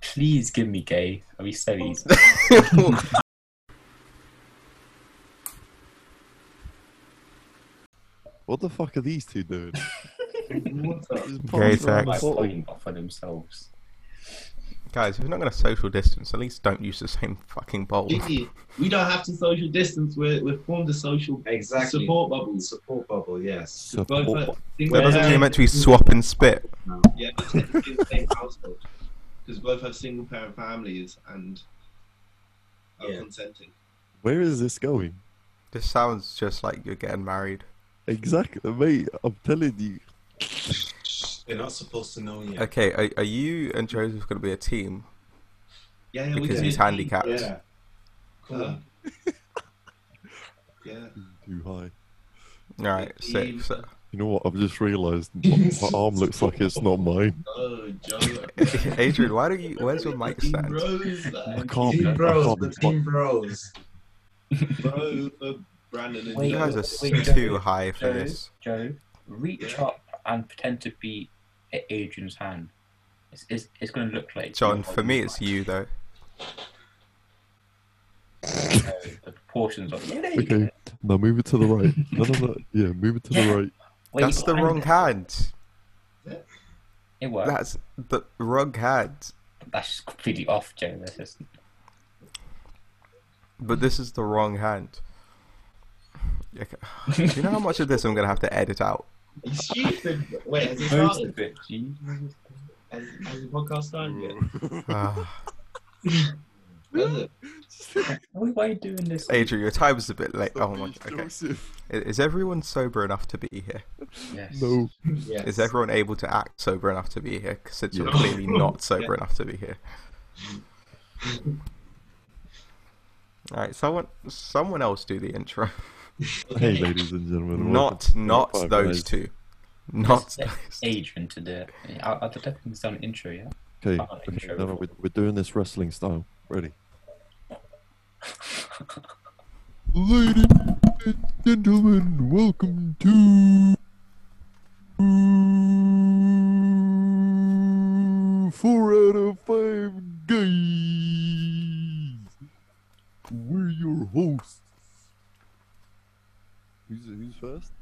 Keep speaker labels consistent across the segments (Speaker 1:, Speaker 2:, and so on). Speaker 1: please give me gay. I'll be so
Speaker 2: Oh,
Speaker 1: easy.
Speaker 3: What the fuck are these two doing? Just
Speaker 4: Gay
Speaker 3: passing
Speaker 4: sex.
Speaker 3: around
Speaker 1: Like
Speaker 3: a bottle.
Speaker 1: playing off on themselves.
Speaker 4: Guys, if you're not going to social distance, at least don't use the same fucking bowl.
Speaker 5: Gee, we don't have to social distance. We're, we've formed a social
Speaker 2: Exactly.
Speaker 5: support bubble.
Speaker 2: Support bubble, yes.
Speaker 3: Support
Speaker 5: Both, uh,
Speaker 3: bubble.
Speaker 5: things
Speaker 4: Where
Speaker 5: like
Speaker 4: doesn't
Speaker 5: that.
Speaker 4: mean meant to be swap and spit?
Speaker 5: Yeah, but technically the same household. Because both have single parent families and are
Speaker 2: Yeah.
Speaker 5: consenting.
Speaker 3: Where is this going?
Speaker 4: This sounds just like you're getting married.
Speaker 3: Exactly, mate. I'm telling you.
Speaker 2: They're not supposed to know yet.
Speaker 4: Okay, are, are you and Joseph going to be a team?
Speaker 5: Yeah, yeah, we
Speaker 4: Because
Speaker 5: can
Speaker 4: he's
Speaker 5: be-
Speaker 4: handicapped.
Speaker 2: Yeah. Cool.
Speaker 5: Uh, yeah.
Speaker 3: Too high.
Speaker 4: Alright, sick. So,
Speaker 3: You know what? I've just realised my, my arm looks like it's not mine.
Speaker 5: Oh, Joe.
Speaker 4: Adrian, why do you? Where's your mic
Speaker 5: Team
Speaker 4: stand?
Speaker 5: Bros,
Speaker 3: I
Speaker 5: like,
Speaker 3: can't.
Speaker 2: Team
Speaker 3: I
Speaker 2: bros,
Speaker 3: can't
Speaker 2: the
Speaker 3: fuck-
Speaker 2: team bros.
Speaker 5: bro for Brandon and
Speaker 1: Wait,
Speaker 4: You
Speaker 5: Joe.
Speaker 4: guys are s-
Speaker 1: Wait,
Speaker 4: too
Speaker 1: Joe.
Speaker 4: high for
Speaker 1: Joe.
Speaker 4: this.
Speaker 1: Joe, reach
Speaker 5: Yeah.
Speaker 1: up and pretend to be at Adrian's hand. It's, it's, it's going to look like.
Speaker 4: John,
Speaker 1: you're
Speaker 4: for me, it's
Speaker 1: holding
Speaker 4: you though.
Speaker 1: the mic. So The proportions of. Yeah, there you go.
Speaker 3: Okay, now move it to the right. No, no, no. Yeah, move it to
Speaker 1: Yeah.
Speaker 3: the right.
Speaker 1: Wait,
Speaker 4: That's the
Speaker 1: I'm-
Speaker 4: wrong hand.
Speaker 1: It worked. That's,
Speaker 4: That's the wrong hand.
Speaker 1: just completely off, Joe. That's just-
Speaker 4: But this is the wrong hand. Okay. Do you know how much of this I'm gonna have to edit out?
Speaker 5: You stupid. Wait, has it
Speaker 1: Most
Speaker 5: started?
Speaker 1: of it, Jesus.
Speaker 5: Has, has the podcast started yet?
Speaker 4: Ah,
Speaker 5: Has it?
Speaker 1: Why why are you doing this?
Speaker 4: Adrian, your time is a bit late. Oh
Speaker 3: Stop
Speaker 4: my
Speaker 3: it,
Speaker 4: god. Okay.
Speaker 3: Joseph.
Speaker 4: I- Is everyone sober enough to be here?
Speaker 1: Yes.
Speaker 3: No.
Speaker 5: Yes.
Speaker 4: Is everyone able to act sober enough to be here? 'Cause Since you're
Speaker 3: Yeah.
Speaker 4: clearly not sober enough to be here. All right, someone, someone else do the intro.
Speaker 3: Hey, ladies and gentlemen.
Speaker 4: Not,
Speaker 3: welcome to
Speaker 4: not
Speaker 3: Five
Speaker 4: those
Speaker 3: Guys.
Speaker 4: two. Not
Speaker 1: Let's
Speaker 4: those.
Speaker 1: Adrian to do it. I'll, I'll definitely done an intro, yeah?
Speaker 3: Okay,
Speaker 1: I'll
Speaker 3: okay,
Speaker 1: intro
Speaker 3: no, no,
Speaker 1: before.
Speaker 3: we're, we're doing this wrestling style. Ready? Ladies and gentlemen, welcome to four out of five guys. We're your hosts. Who's who's first?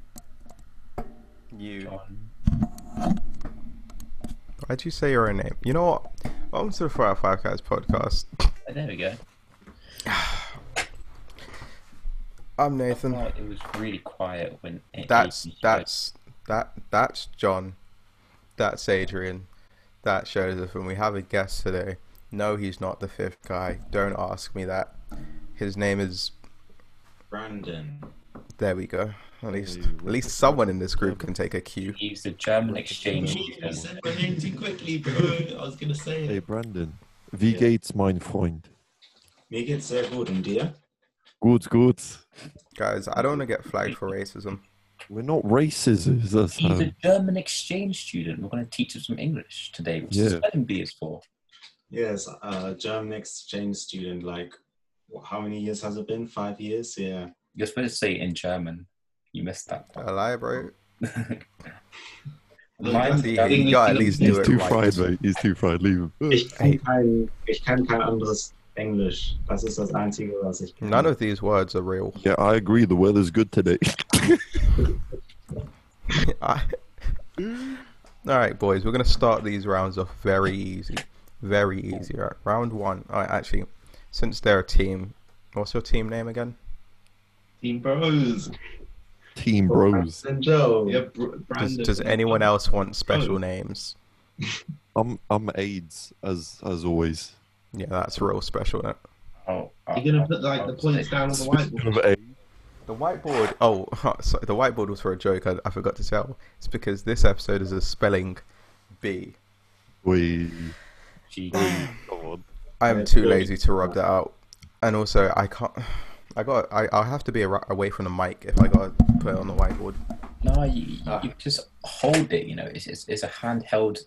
Speaker 4: You.
Speaker 1: John.
Speaker 4: Why'd you say your own name? You know what? Welcome to the Four Out of Five Guys podcast.
Speaker 1: Oh, there we go.
Speaker 4: I'm
Speaker 1: I
Speaker 4: Nathan.
Speaker 1: thought it was really quiet when. A-
Speaker 4: That's
Speaker 1: Adrian spoke.
Speaker 4: that's that that's John. That's Adrian. That's Joseph, and we have a guest today. No, he's not the fifth guy. Don't ask me that. His name is.
Speaker 2: Brandon.
Speaker 4: There we go. At least,
Speaker 3: you
Speaker 4: at least someone in this group can take a cue.
Speaker 1: He's the German exchange
Speaker 5: Gee, you
Speaker 1: student.
Speaker 5: said my name too quickly, bro. I was gonna say
Speaker 3: Hey,
Speaker 5: it.
Speaker 3: Brandon. Wie geht's, mein Freund?
Speaker 2: Mir geht's sehr gut und dir?
Speaker 3: Gut, gut.
Speaker 4: Guys, I don't want to get flagged for racism.
Speaker 3: We're not racists. That's
Speaker 1: He's
Speaker 3: how.
Speaker 1: a German exchange student. We're going to teach him some English today, which is
Speaker 3: Yeah.
Speaker 1: spelling bee is for.
Speaker 2: Yes, uh, German exchange student. Like, wh- how many years has it been? Five years? Yeah.
Speaker 1: You're supposed to say it in German. You missed that.
Speaker 4: I lie, bro.
Speaker 1: Mine's
Speaker 4: He,
Speaker 1: German.
Speaker 4: he got at least do
Speaker 3: He's
Speaker 4: it
Speaker 3: too
Speaker 4: right.
Speaker 3: fried, mate. He's too fried. Leave him.
Speaker 2: Ich kann kein, ich kann kein anderes Englisch. Das ist das Einzige, was ich
Speaker 1: Hmm.
Speaker 2: kann.
Speaker 4: None of these words are real.
Speaker 3: Yeah, I agree. The weather's good today.
Speaker 4: I... All right, boys, we're gonna start these rounds off very easy, very easy. All right, round one. All right, actually, since they're a team, what's your team name again?
Speaker 5: Team Bros.
Speaker 3: Team bros.
Speaker 2: And Joe.
Speaker 5: Yeah, Br-
Speaker 4: Does,
Speaker 5: Brandon. uh,
Speaker 4: does anyone else want special names?
Speaker 3: I'm I'm AIDS as as always.
Speaker 4: Yeah, that's real special. Isn't it?
Speaker 1: Oh, oh,
Speaker 5: You're gonna
Speaker 1: oh,
Speaker 5: put like the
Speaker 1: oh,
Speaker 5: points down on the whiteboard.
Speaker 3: Of AIDS.
Speaker 4: The whiteboard. Oh, sorry, the whiteboard was for a joke. I, I forgot to tell. It's because this episode is a spelling bee.
Speaker 3: We
Speaker 1: gee.
Speaker 3: come on.
Speaker 4: I'm
Speaker 2: Yeah,
Speaker 4: too
Speaker 2: good.
Speaker 4: lazy to rub that out, and also I can't. I got. I I'll have to be ar- away from the mic if I got to put it on the whiteboard.
Speaker 1: No, you,
Speaker 4: Ah.
Speaker 1: you just hold it. You know, it's, it's, it's a handheld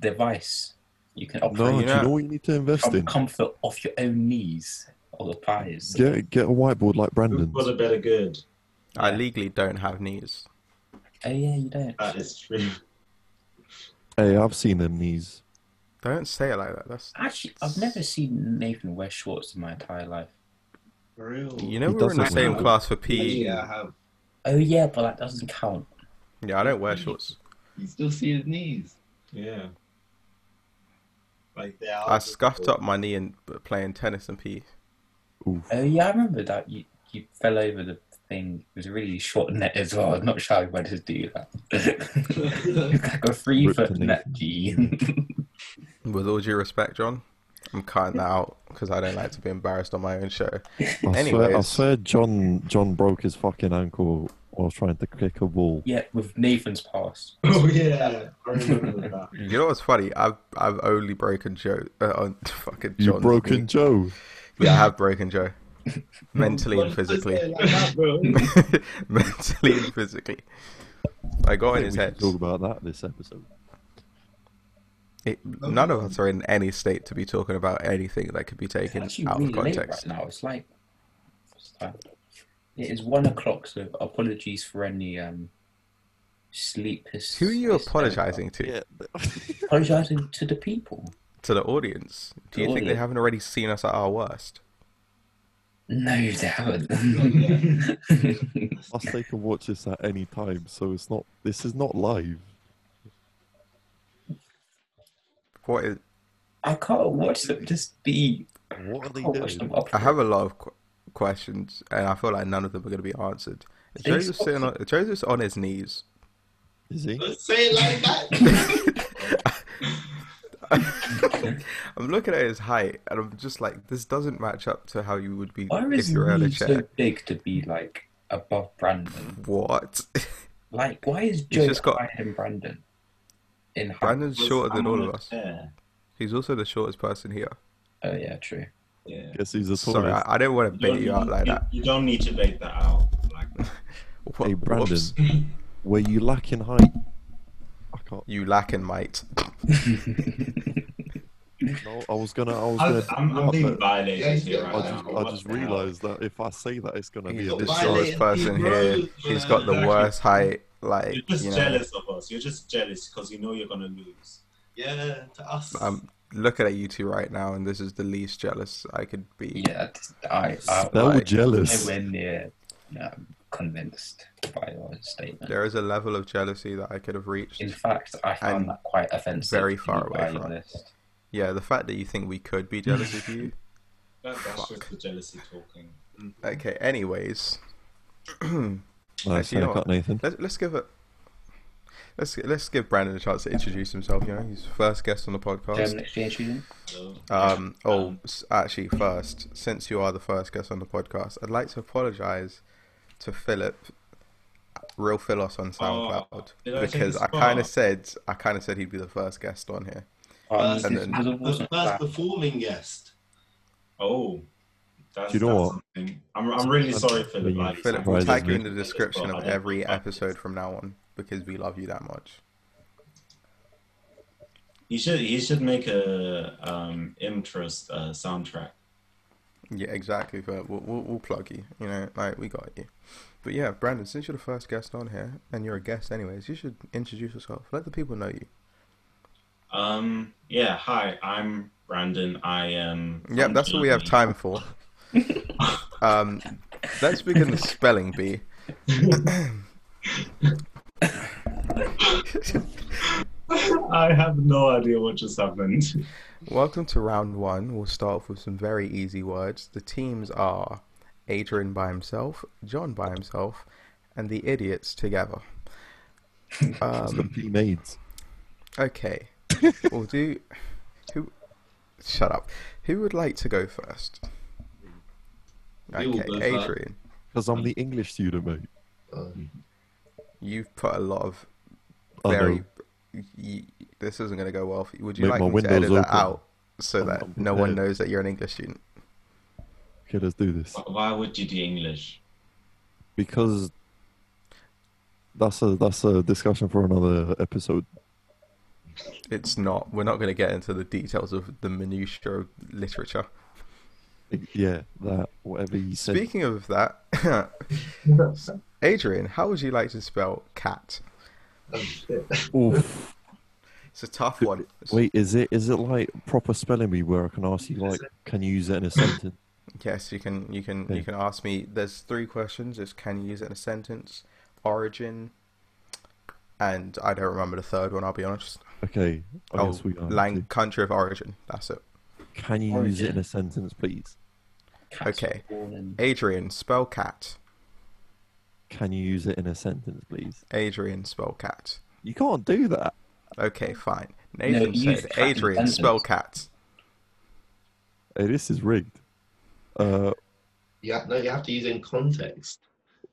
Speaker 1: device. You can operate
Speaker 3: No,
Speaker 4: you
Speaker 3: do
Speaker 4: know-
Speaker 3: you know what you need to invest
Speaker 1: from
Speaker 3: in?
Speaker 1: comfort off your own knees or the thighs.
Speaker 3: Get get a whiteboard like Brandon's.
Speaker 2: For the better good.
Speaker 4: I
Speaker 1: Yeah.
Speaker 4: legally don't have knees.
Speaker 5: Uh,
Speaker 1: Oh yeah, you don't.
Speaker 2: That is true.
Speaker 3: Hey, I've seen them knees.
Speaker 4: Don't say it like that. That's
Speaker 1: Actually, I've never seen Nathan wear shorts in my entire life.
Speaker 5: For real.
Speaker 4: you know
Speaker 3: He
Speaker 4: we were in the
Speaker 3: doesn't
Speaker 4: same
Speaker 3: know.
Speaker 4: class for PE.
Speaker 5: yeah, I have.
Speaker 1: Oh yeah, but that doesn't count.
Speaker 4: Yeah, I don't wear shorts.
Speaker 5: You still see his knees.
Speaker 2: Yeah. Like they are
Speaker 4: I scuffed up my knee in uh, playing tennis and PE.
Speaker 3: Oof.
Speaker 1: Oh yeah, I remember that you you fell over the thing. It was a really short net as well. I'm not sure how he managed to do that. it's like a three
Speaker 3: Ripped
Speaker 1: foot
Speaker 3: the knee.
Speaker 1: net, Gene.
Speaker 4: With all due respect, John, I'm cutting that out because I don't like to be embarrassed on my own show.
Speaker 3: I swear, I
Speaker 4: Anyways.
Speaker 3: swear, John John broke his fucking ankle while trying to kick a ball.
Speaker 1: yeah, with Nathan's past.
Speaker 2: Oh yeah, I remember that.
Speaker 4: You know what's funny? I've I've only broken Joe uh, on fucking
Speaker 3: You
Speaker 4: John's
Speaker 3: broken
Speaker 4: knee.
Speaker 3: Joe.
Speaker 4: Yeah, I have broken Joe. Mentally and
Speaker 5: Why did you
Speaker 4: physically.
Speaker 5: say it like that, bro?
Speaker 4: mentally and physically. I got
Speaker 3: I
Speaker 4: in
Speaker 3: think
Speaker 4: his
Speaker 3: we
Speaker 4: head.
Speaker 3: should talk about that this episode.
Speaker 4: It, none of us are in any state to be talking about anything that could be
Speaker 1: It's
Speaker 4: taken
Speaker 1: actually
Speaker 4: out
Speaker 1: really
Speaker 4: of
Speaker 1: late
Speaker 4: context.
Speaker 1: right now. It's like it's like- it is one o'clock. So apologies for any um sleep. hys-
Speaker 4: Who are you
Speaker 1: hysteria.
Speaker 4: apologizing to?
Speaker 1: Apologizing to the people.
Speaker 4: To the audience? Do you
Speaker 1: The
Speaker 4: think they
Speaker 1: audience.
Speaker 4: haven't already seen us at our worst?
Speaker 1: No, they haven't.
Speaker 3: Plus, they can watch this at any time, so it's not. This is not live.
Speaker 4: What is,
Speaker 1: I can't watch them just be.
Speaker 3: What are they
Speaker 4: Oh,
Speaker 1: I can't watch
Speaker 3: doing?
Speaker 1: them up.
Speaker 4: I have a lot of qu- questions, and I feel like none of them are going to be answered.
Speaker 1: Please
Speaker 4: Joseph's,
Speaker 1: stop.
Speaker 4: sitting on, Joseph's on his knees.
Speaker 3: Is he?
Speaker 5: Don't say it like that.
Speaker 4: I'm looking at his height, and I'm just like, this doesn't match up to how you would be
Speaker 1: Why
Speaker 4: if
Speaker 1: is
Speaker 4: you were on a
Speaker 1: he
Speaker 4: chair.
Speaker 1: so big to be like above Brandon?
Speaker 4: What?
Speaker 1: Like, why is Joe
Speaker 4: just got-
Speaker 1: higher than Brandon? In height?
Speaker 4: Brandon's shorter than
Speaker 2: I'm
Speaker 4: all
Speaker 2: on
Speaker 4: of
Speaker 2: a
Speaker 4: us.
Speaker 2: chair.
Speaker 4: He's also the shortest person here.
Speaker 1: Oh yeah, true.
Speaker 2: Yeah.
Speaker 3: Guess he's a
Speaker 4: Sorry, I,
Speaker 3: tourist.
Speaker 4: I don't want to
Speaker 2: You don't
Speaker 4: bait you out
Speaker 2: need-
Speaker 4: like
Speaker 2: you-
Speaker 4: that.
Speaker 2: You don't need to bait that out. Like
Speaker 4: Wha-
Speaker 3: Hey, Brandon,
Speaker 4: whoops.
Speaker 3: were you lacking height? I can't.
Speaker 4: you lacking might.
Speaker 3: No, I was gonna. I was
Speaker 2: I,
Speaker 3: gonna.
Speaker 2: am
Speaker 3: do
Speaker 2: I'm
Speaker 3: that,
Speaker 2: being
Speaker 3: but
Speaker 2: violated here
Speaker 5: I
Speaker 2: right
Speaker 3: I
Speaker 2: now.
Speaker 3: just, I
Speaker 2: What
Speaker 3: just
Speaker 2: the hell?
Speaker 3: realised that if I say that, it's gonna be
Speaker 4: He's
Speaker 3: a
Speaker 4: the
Speaker 3: diss.
Speaker 5: violent.
Speaker 4: shortest person here.
Speaker 5: Gross,
Speaker 4: He's got the
Speaker 5: man.
Speaker 4: worst height. Like
Speaker 2: You're just
Speaker 4: you know,
Speaker 2: jealous of us. You're just jealous because you know you're gonna lose.
Speaker 5: yeah, to us.
Speaker 4: I'm looking at you two right now, and this is the least jealous I could be.
Speaker 1: Yeah, that's- I, I,
Speaker 3: They were
Speaker 4: Like,
Speaker 3: jealous.
Speaker 1: nowhere near um, convinced by your statement.
Speaker 4: There is a level of jealousy that I could have reached.
Speaker 1: In fact, I found
Speaker 4: And
Speaker 1: that quite offensive.
Speaker 4: very
Speaker 1: to
Speaker 4: far
Speaker 1: you
Speaker 4: away
Speaker 1: by
Speaker 4: from
Speaker 1: your
Speaker 4: it.
Speaker 1: list.
Speaker 4: Yeah, the fact that you think we could be jealous of you.
Speaker 2: That, that's
Speaker 4: Fuck.
Speaker 2: just the jealousy talking.
Speaker 4: Okay. Anyways,
Speaker 3: Nice
Speaker 4: Actually, you know
Speaker 3: haircut, Nathan.
Speaker 4: let's let's give it. Let's let's give Brandon a chance to introduce himself. You know, he's the first guest on the
Speaker 1: German
Speaker 4: podcast.
Speaker 1: exchange student?
Speaker 2: Hello.
Speaker 4: Um. Oh, s- actually, first, since you are the first guest on the podcast, I'd like to apologize to Philip, real Philos on SoundCloud,
Speaker 2: did I take
Speaker 4: because
Speaker 2: his
Speaker 4: Oh, I kind of
Speaker 2: spot?
Speaker 4: said I kind of said he'd be the first guest on here.
Speaker 1: Um,
Speaker 4: and then-
Speaker 1: because it wasn't that-
Speaker 5: performing guest.
Speaker 2: Oh, that's,
Speaker 3: Do you know
Speaker 2: that's
Speaker 3: what?
Speaker 2: something. I'm, I'm really sorry, Philip.
Speaker 3: Yeah,
Speaker 2: Like,
Speaker 4: Philip,
Speaker 3: Right,
Speaker 4: we'll
Speaker 3: isn't
Speaker 4: tag you
Speaker 3: it?
Speaker 4: in the description
Speaker 2: I
Speaker 4: of
Speaker 2: don't
Speaker 4: every
Speaker 2: think-
Speaker 4: episode from now on because we love you that much.
Speaker 2: He should he should make a um interest uh, soundtrack.
Speaker 4: Yeah, exactly, Philip. We'll, we'll, we'll plug you. You know, like we got you. But yeah, Brandon, since you're the first guest on here and you're a guest anyways, you should introduce yourself. Let the people know you.
Speaker 2: Um, yeah. Hi, I'm Brandon. I am.
Speaker 4: Yeah,
Speaker 2: from
Speaker 4: that's what we have
Speaker 2: Germany.
Speaker 4: time for. um, let's begin the spelling bee.
Speaker 2: I have no idea what just happened.
Speaker 4: Welcome to round one. We'll start off with some very easy words. The teams are Adrian by himself, John by himself, and the idiots together.
Speaker 3: It's the
Speaker 4: Um,
Speaker 3: P maids.
Speaker 4: okay, we'll do. Who? Shut up. Who would like to go first?
Speaker 5: We will
Speaker 4: Okay,
Speaker 5: go first.
Speaker 4: Adrian,
Speaker 3: Because I'm the English student, mate.
Speaker 4: you've put a lot of
Speaker 3: I know.
Speaker 4: very. Y this isn't going to go well. For you. Would you
Speaker 3: Mate, my
Speaker 4: like me to edit
Speaker 3: window's
Speaker 4: that
Speaker 3: open.
Speaker 4: out so
Speaker 3: I'm-
Speaker 4: that
Speaker 3: I'm
Speaker 4: no one
Speaker 3: prepared.
Speaker 4: knows that you're an English student?
Speaker 3: Okay, let's do this.
Speaker 2: Why would you do English?
Speaker 3: Because that's a that's a discussion for another episode.
Speaker 4: It's not. We're not going to get into the details of the minutiae of literature.
Speaker 3: Yeah, that whatever you said.
Speaker 4: Speaking of that, Adrian, how would you like to spell cat?
Speaker 5: Oh, shit.
Speaker 3: Oof.
Speaker 4: It's a tough one. It's-
Speaker 3: Wait, is it is it like proper spelling bee where I can ask you like, can you use it in a sentence?
Speaker 4: Yes, you can. You can. You
Speaker 3: Okay.
Speaker 4: can ask me. There's three questions. It's can you use it in a sentence, origin, and I don't remember the third one. I'll be honest.
Speaker 3: Okay. I
Speaker 4: Oh,
Speaker 3: guess we are.
Speaker 4: lang- country of origin. That's it.
Speaker 3: Can you use it in a sentence, please?
Speaker 1: Cats
Speaker 4: Okay.
Speaker 1: were born in-
Speaker 4: Adrian, spell cat.
Speaker 3: Can you use it in a sentence, please?
Speaker 4: Adrian, spell cat.
Speaker 3: You can't do that.
Speaker 4: Okay, fine. Nathan
Speaker 1: you use
Speaker 4: said
Speaker 1: cat in
Speaker 4: Adrian, spell cat.
Speaker 3: Hey, this is rigged. Uh,
Speaker 5: Yeah, no, you have to use it in context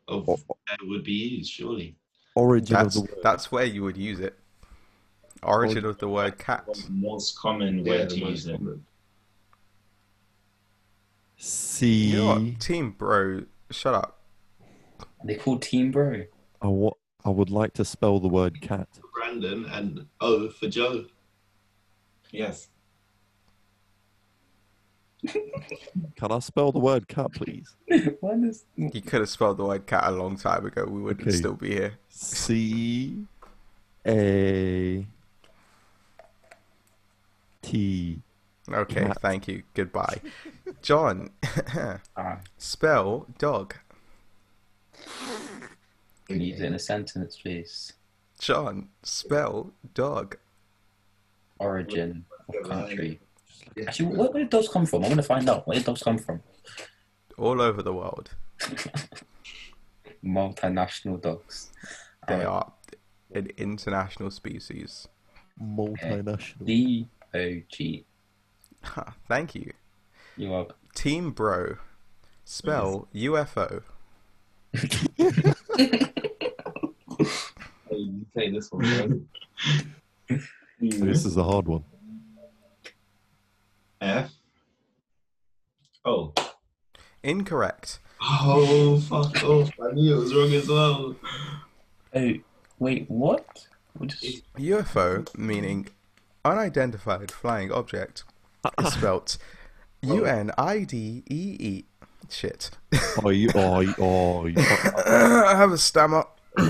Speaker 5: of
Speaker 4: Oh,
Speaker 3: o-
Speaker 5: where it would be used, surely.
Speaker 3: origin
Speaker 4: That's
Speaker 3: of the word.
Speaker 4: that's where you would use it. Origin of the word cat.
Speaker 2: What's the most common way
Speaker 5: Yeah,
Speaker 2: to
Speaker 5: the most
Speaker 2: use it?
Speaker 5: common.
Speaker 3: See,
Speaker 4: You know what? Team bro, shut up.
Speaker 1: They called Team Bro.
Speaker 3: I, wa- I would like to spell the word cat.
Speaker 5: Brandon and O for Joe.
Speaker 2: Yes.
Speaker 3: Can I spell the word cat, please?
Speaker 1: Why does
Speaker 4: You could have spelled the word cat a long time ago. We wouldn't
Speaker 3: Okay.
Speaker 4: still be here.
Speaker 3: C A T.
Speaker 4: Okay,
Speaker 3: Cat.
Speaker 4: thank you. Goodbye. John,
Speaker 1: ah,
Speaker 4: spell dog.
Speaker 1: can you use it in a sentence, please?
Speaker 4: John, spell dog.
Speaker 1: Origin of country.
Speaker 5: Yeah.
Speaker 1: Actually, where, where did those come from? I want to find out. Where did those come from?
Speaker 4: All over the world,
Speaker 1: Multinational dogs.
Speaker 4: they
Speaker 1: Um,
Speaker 4: are an international species.
Speaker 3: Multinational.
Speaker 1: D O G.
Speaker 4: Ha, thank you.
Speaker 1: You are.
Speaker 4: Team bro, spell UFO.
Speaker 5: Hey, Oh, you take this one. Brandon.
Speaker 3: This is a hard one.
Speaker 2: F. Oh,
Speaker 4: Incorrect.
Speaker 5: oh, fuck off. I knew it was wrong as well.
Speaker 1: Oh, wait, what? What is-
Speaker 4: UFO, meaning unidentified flying object, is spelt U N I D E E. Shit.
Speaker 3: Oh, you, oh, you, oh, you, I
Speaker 4: I have a stammer.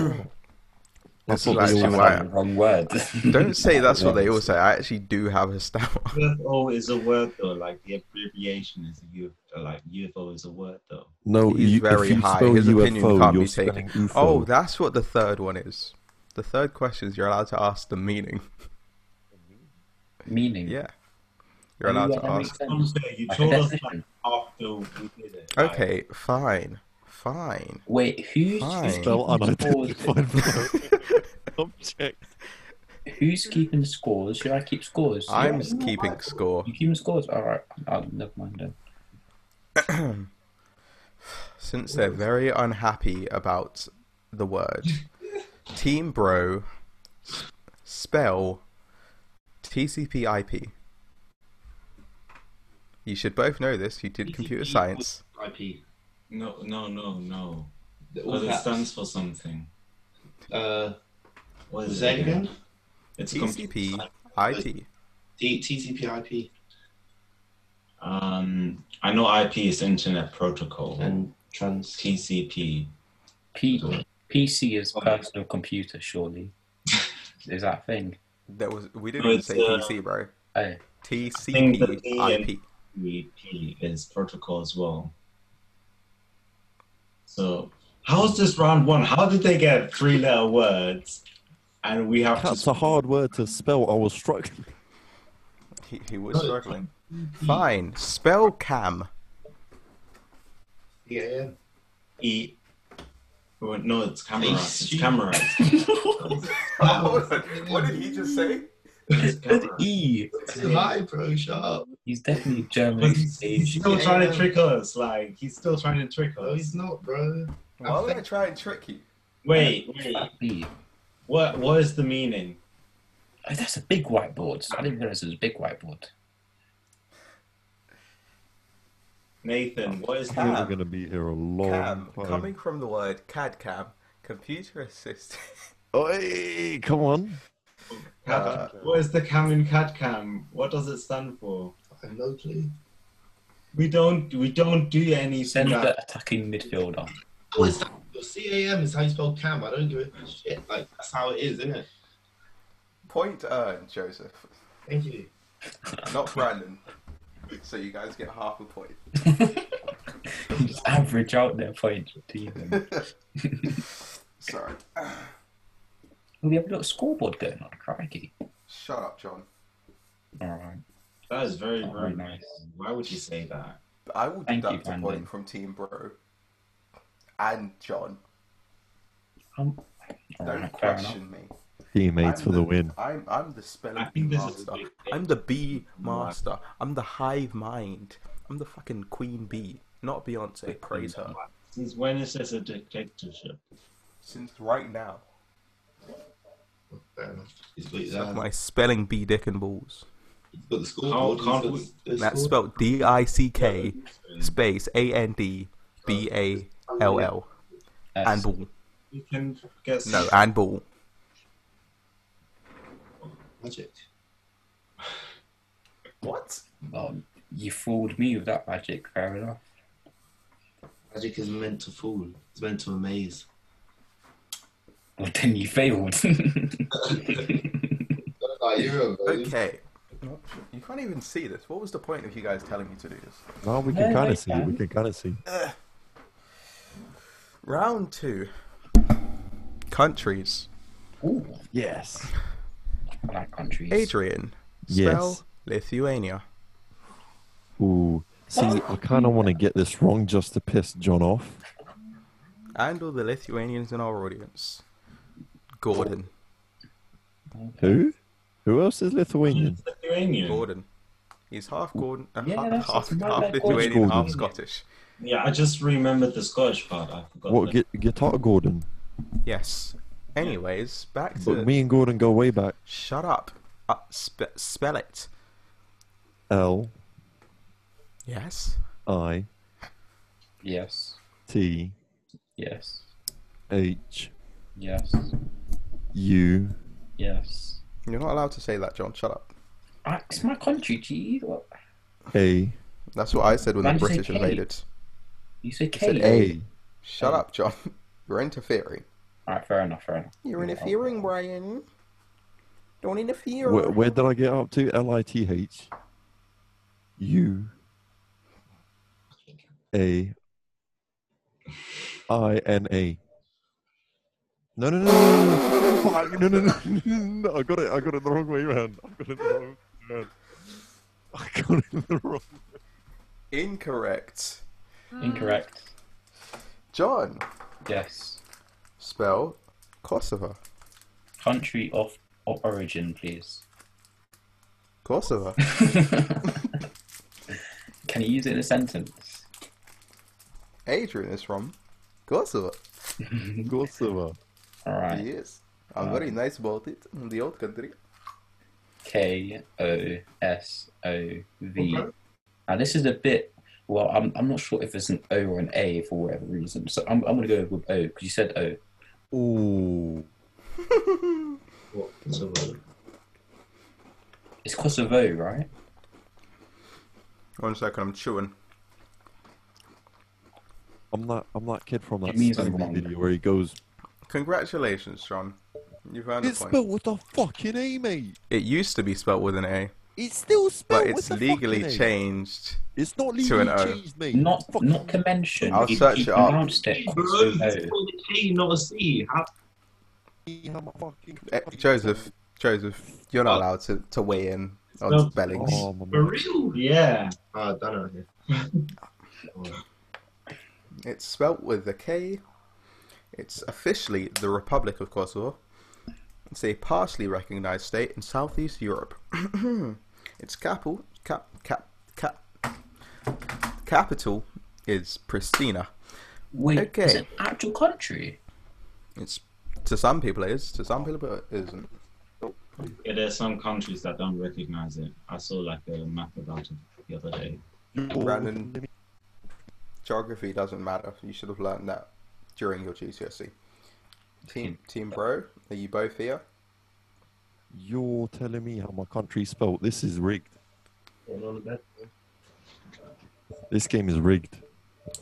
Speaker 4: This
Speaker 3: thought
Speaker 4: is
Speaker 3: they
Speaker 4: actually
Speaker 3: all
Speaker 1: That's
Speaker 4: why-
Speaker 3: had-
Speaker 1: the wrong word.
Speaker 4: Don't say that's what they all say. I actually do have a stammer.
Speaker 2: UFO is a word though. Like the abbreviation is a UFO. Like UFO is a word though.
Speaker 3: No,
Speaker 4: He's
Speaker 3: you,
Speaker 4: very
Speaker 3: if you
Speaker 4: high.
Speaker 3: spell
Speaker 4: His
Speaker 3: UFO,
Speaker 4: opinion can't be
Speaker 3: you're
Speaker 4: taken.
Speaker 3: spelling UFO.
Speaker 4: Oh, that's what the third one is. The third question is you're allowed to ask the meaning.
Speaker 3: Mm.
Speaker 1: Meaning.
Speaker 4: Yeah. You're
Speaker 1: Yeah,
Speaker 4: allowed to
Speaker 1: that makes
Speaker 4: ask.
Speaker 1: sense.
Speaker 2: I'm saying you
Speaker 1: Like a
Speaker 2: told us
Speaker 1: definition.
Speaker 2: like after we did it. like-
Speaker 4: Okay, fine. Fine.
Speaker 1: Wait, who's
Speaker 4: Fine.
Speaker 1: who's
Speaker 3: spell
Speaker 1: keeping
Speaker 3: unidentified object.
Speaker 1: scores? Who's keeping scores? Should I keep scores?
Speaker 4: I'm
Speaker 1: You-
Speaker 4: keeping score.
Speaker 1: You keeping scores? All right. Oh, never mind then.
Speaker 4: Since they're very unhappy about the word, Team Bro, s- spell TCP/IP. You should both know this. You did computer
Speaker 5: TCP.
Speaker 4: science.
Speaker 5: IP.
Speaker 2: No, no, no, no.
Speaker 5: All
Speaker 2: Because it
Speaker 5: caps.
Speaker 2: stands for something.
Speaker 5: Uh,
Speaker 2: What is
Speaker 5: say
Speaker 2: it
Speaker 5: it again?
Speaker 2: It's computer science.
Speaker 4: TCP/IP.
Speaker 5: T- TCP IP
Speaker 2: Um, I know IP is Internet Protocol.
Speaker 5: and trans.
Speaker 2: TCP.
Speaker 1: P- PC is personal computer, surely. is that a thing?
Speaker 4: That was we didn't
Speaker 2: No,
Speaker 4: even
Speaker 2: it's,
Speaker 4: say
Speaker 2: uh,
Speaker 4: PC, bro.
Speaker 1: Oh,
Speaker 2: think the P and-
Speaker 4: TCP/IP.
Speaker 2: TCP is protocol as well. So how is this round one? How did they get three letter words? And we have
Speaker 3: That's
Speaker 2: to
Speaker 3: a hard word to spell. I was struggling.
Speaker 4: He, he was struggling. Fine. Spell cam.
Speaker 5: Yeah, yeah.
Speaker 2: eat. Well, No, it's camera. It's
Speaker 5: TCP.
Speaker 2: camera.
Speaker 4: what did he just say?
Speaker 2: It's camera.
Speaker 1: E.
Speaker 5: Hi, bro. Shut up.
Speaker 1: He's definitely
Speaker 2: But
Speaker 1: German.
Speaker 2: he's, he's
Speaker 1: stage.
Speaker 2: still trying to trick us. Like he's still trying to trick
Speaker 5: No,
Speaker 2: us.
Speaker 5: he's not, bro.
Speaker 4: Well, I'm gonna try and trick you.
Speaker 2: Wait, wait.
Speaker 1: E.
Speaker 2: What? What is the meaning?
Speaker 1: Oh, that's a big whiteboard. I didn't realize it was a big whiteboard.
Speaker 2: Nathan, what is
Speaker 3: We're
Speaker 2: that?
Speaker 3: going to be here a long
Speaker 4: Cam,
Speaker 3: time.
Speaker 4: coming from the word CAD cam, computer assisted.
Speaker 3: Oi, come on.
Speaker 4: Uh,
Speaker 2: what is the cam in CAD cam? What does it stand for?
Speaker 5: I have no clue.
Speaker 2: We don't we don't do anything.
Speaker 1: Centre
Speaker 2: That,
Speaker 1: attacking midfielder.
Speaker 5: Oh, it's that, your CAM is how you spell cam. I don't give a shit. Like, that's how it is, isn't it?
Speaker 4: Point earned, Joseph.
Speaker 2: Thank you.
Speaker 4: Not Brandon. so you guys get half a point.
Speaker 1: You just average out their points to even.
Speaker 4: Sorry.
Speaker 1: Oh, we have a little scoreboard going on, crikey.
Speaker 4: Shut up, John.
Speaker 1: All right.
Speaker 2: That is very,
Speaker 1: Oh,
Speaker 2: very
Speaker 1: nice.
Speaker 2: nice. Why would you say that?
Speaker 4: I will
Speaker 1: Thank you,
Speaker 4: deduct a
Speaker 1: Brandon.
Speaker 4: point from Team Bro. And John.
Speaker 1: Um, all
Speaker 4: Don't
Speaker 1: right, fair enough.
Speaker 4: question me.
Speaker 3: Teammates
Speaker 4: I'm
Speaker 3: for the, win.
Speaker 4: I'm I'm the spelling
Speaker 5: I think
Speaker 4: bee
Speaker 5: this is a
Speaker 4: master.
Speaker 5: big
Speaker 4: I'm the bee master. I'm the hive mind. I'm the fucking queen bee. Not Beyonce. Praise her.
Speaker 2: Since when is this a dictatorship?
Speaker 4: Since right now.
Speaker 5: Fair enough. He's got, his,
Speaker 4: Suck
Speaker 5: uh,
Speaker 4: my spelling bee dick and balls.
Speaker 5: he's got the
Speaker 2: How
Speaker 5: scoreboard. he's
Speaker 2: can't
Speaker 5: got
Speaker 2: we-
Speaker 5: the
Speaker 4: That's
Speaker 5: scoreboard.
Speaker 4: spelled D I C K space A N D B A L L.
Speaker 1: That's-
Speaker 4: And ball.
Speaker 2: We can get
Speaker 4: No, and ball.
Speaker 5: magic.
Speaker 2: What?
Speaker 1: well, you fooled me with that magic, fair enough.
Speaker 5: Magic is meant to fool. It's meant to amaze.
Speaker 1: Well, then you failed.
Speaker 4: Okay. You can't even see this. What was the point of you guys telling me to do this?
Speaker 3: No, we can
Speaker 1: No,
Speaker 3: kind
Speaker 1: they
Speaker 3: of see. We
Speaker 1: can.
Speaker 3: can kind of see.
Speaker 4: Round two. Countries.
Speaker 1: Ooh,
Speaker 3: Yes.
Speaker 1: I like countries.
Speaker 4: Adrian.
Speaker 3: Yes.
Speaker 4: Spell Lithuania.
Speaker 3: Ooh. See, I kind of want to get this wrong just to piss John off.
Speaker 4: And all the Lithuanians in our audience. Gordon.
Speaker 3: Who? Who else is Lithuanian?
Speaker 2: Lithuanian.
Speaker 4: Gordon. He's half Gordon, uh,
Speaker 1: Yeah,
Speaker 4: ha-
Speaker 1: that's-
Speaker 4: half,
Speaker 1: it's not
Speaker 4: half
Speaker 1: like
Speaker 4: Lithuanian,
Speaker 3: Gordon.
Speaker 4: half Scottish.
Speaker 2: Yeah, I just remembered the Scottish part. I forgot.
Speaker 3: What?
Speaker 2: that.
Speaker 3: Gu- guitar Gordon.
Speaker 4: Yes. Anyways, back to.
Speaker 3: But me and Gordon go way back.
Speaker 4: Shut up. Uh, spe- spell it.
Speaker 3: L
Speaker 4: Yes.
Speaker 3: I
Speaker 1: Yes,
Speaker 3: T
Speaker 1: yes,
Speaker 3: H
Speaker 1: yes,
Speaker 3: U.
Speaker 1: yes.
Speaker 4: You're not allowed to say that, John. Shut up.
Speaker 1: Ah, it's my country, gee. What-
Speaker 3: A.
Speaker 4: That's what I said when
Speaker 1: Why
Speaker 4: the
Speaker 1: did you say
Speaker 4: British
Speaker 1: K?
Speaker 4: invaded.
Speaker 1: You say K.
Speaker 4: said A.
Speaker 3: A.
Speaker 4: Shut up, John. You're interfering.
Speaker 1: All right, fair enough, fair enough.
Speaker 4: You're interfering, Brian. Don't interfere.
Speaker 3: Where, where did I get up to? L I T H U A I N A. No, no, no, no, no, no, Fuck, no, no, no, no, no, no, I got it. I got it the wrong way round. I got it the wrong way round. I got it the wrong.
Speaker 4: Incorrect.
Speaker 1: Incorrect.
Speaker 4: John.
Speaker 1: Yes.
Speaker 4: Spell Kosovo.
Speaker 1: Country of, of origin, please.
Speaker 4: Kosovo.
Speaker 1: Can you use it in a sentence?
Speaker 4: Adrian is from Kosovo.
Speaker 3: Kosovo.
Speaker 1: All right.
Speaker 4: Yes. I'm very nice about it. in The old country.
Speaker 1: K O S O V. And this is a bit. Well, I'm, I'm not sure if it's an O or an A for whatever reason. So I'm, I'm going to go with O because you said O.
Speaker 3: Ooh.
Speaker 5: What? So, uh,
Speaker 1: It's Kosovo, right?
Speaker 4: One second, I'm chewing.
Speaker 3: I'm that. I'm that kid from that
Speaker 1: It means
Speaker 3: spelling
Speaker 1: I'm wrong.
Speaker 3: video where he goes.
Speaker 4: Congratulations, John. You've earned
Speaker 3: It's
Speaker 4: a point.
Speaker 3: spelled with a fucking A, mate.
Speaker 4: It used to be spelled with an A,
Speaker 3: It's still spelled
Speaker 4: but
Speaker 3: with
Speaker 4: it's
Speaker 3: a
Speaker 4: legally
Speaker 3: fucking A.
Speaker 4: changed.
Speaker 3: It's not
Speaker 4: To
Speaker 3: legally
Speaker 4: an O.
Speaker 3: changed, mate.
Speaker 1: Not
Speaker 3: Fuck-
Speaker 1: not to mention.
Speaker 4: I'll
Speaker 1: you,
Speaker 4: search
Speaker 1: you
Speaker 4: it up.
Speaker 1: pronounced it
Speaker 5: Bro, it's
Speaker 1: Kosovo.
Speaker 5: called a K, not a C. How-
Speaker 3: I'm a fucking-
Speaker 4: Eh, Joseph, Joseph, you're not
Speaker 5: Oh.
Speaker 4: allowed to, to weigh in on
Speaker 2: No.
Speaker 4: spellings.
Speaker 3: Oh, my
Speaker 5: For
Speaker 3: man.
Speaker 5: real?
Speaker 2: Yeah.
Speaker 5: Ah, uh, done it right here.
Speaker 4: It's spelt with a K. It's officially the Republic of Kosovo. It's a partially recognized state in Southeast Europe. its capital, cap, cap, cap, capital is Pristina.
Speaker 1: Wait,
Speaker 4: Okay.
Speaker 1: it's an actual country.
Speaker 4: It's to some people it is, to some people it isn't.
Speaker 2: yeah. There are some countries that don't recognize it. I saw like a map about it the other day.
Speaker 4: Brandon. Geography doesn't matter. You should have learned that during your GCSE. E. Team, team, bro, are you both here?
Speaker 3: You're telling me how my country's spelt. This is rigged.
Speaker 5: Going on about-
Speaker 3: This game is rigged.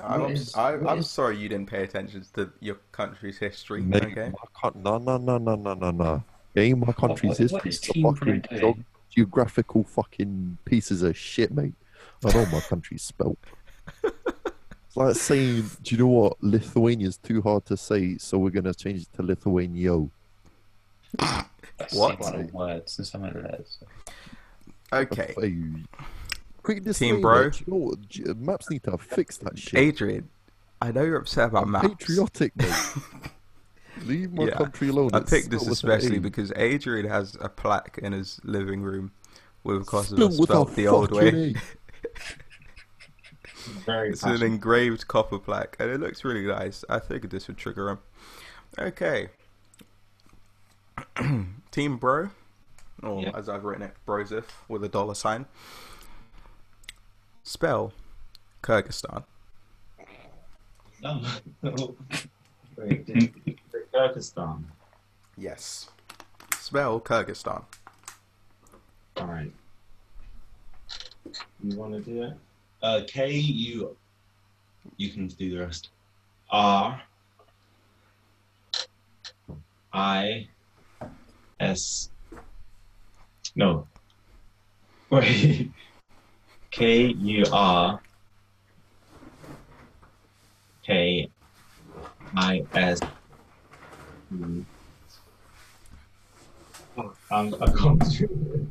Speaker 4: I'm,
Speaker 1: What is-
Speaker 4: I,
Speaker 1: what
Speaker 4: I'm
Speaker 1: is-
Speaker 4: sorry you didn't pay attention to your country's history.
Speaker 3: Mate,
Speaker 4: Okay,
Speaker 3: my coun- no, no, no, no, no, no, no. game. My
Speaker 1: What-
Speaker 3: country's
Speaker 1: what-
Speaker 3: history
Speaker 1: what is
Speaker 3: is a
Speaker 1: Team
Speaker 3: fucking
Speaker 1: Brunei?
Speaker 3: dog- geographical fucking pieces of shit, mate. I know my country's spelt. It's like saying, do you know what? Lithuania's too hard to say, so we're going to change it to Lithuania.
Speaker 1: That's
Speaker 4: What?
Speaker 1: one of words and some of the letters.
Speaker 4: Okay,
Speaker 3: Hey. Quick
Speaker 4: Team
Speaker 3: disclaimer,
Speaker 4: bro.
Speaker 3: do you know what? G- Maps need to fix that shit.
Speaker 4: Adrian, I know you're upset about maps.
Speaker 3: Patriotic, mate. Leave my
Speaker 4: Yeah.
Speaker 3: country alone.
Speaker 4: I
Speaker 3: It's
Speaker 4: picked this
Speaker 3: spelled with an
Speaker 4: especially
Speaker 3: A.
Speaker 4: because Adrian has a plaque in his living room with Kosovo
Speaker 3: Spelled with a
Speaker 4: spelled the old
Speaker 3: fucking
Speaker 4: way.
Speaker 3: A.
Speaker 2: Very
Speaker 4: It's an
Speaker 2: passionate.
Speaker 4: engraved copper plaque, and it looks really nice. I figured this would trigger him. Okay. Team Bro, or
Speaker 5: Yeah.
Speaker 4: as I've written it, Brozif with a dollar sign. Spell Kyrgyzstan.
Speaker 5: Oh.
Speaker 2: Wait, did- wait, Kyrgyzstan.
Speaker 4: Yes. Spell Kyrgyzstan.
Speaker 2: All right. You want to do it?
Speaker 5: uh, K, you, you can do the rest.
Speaker 2: R I
Speaker 5: S. No. Wait. K U R K I S.
Speaker 2: T.
Speaker 5: Oh,
Speaker 2: Um, I can't do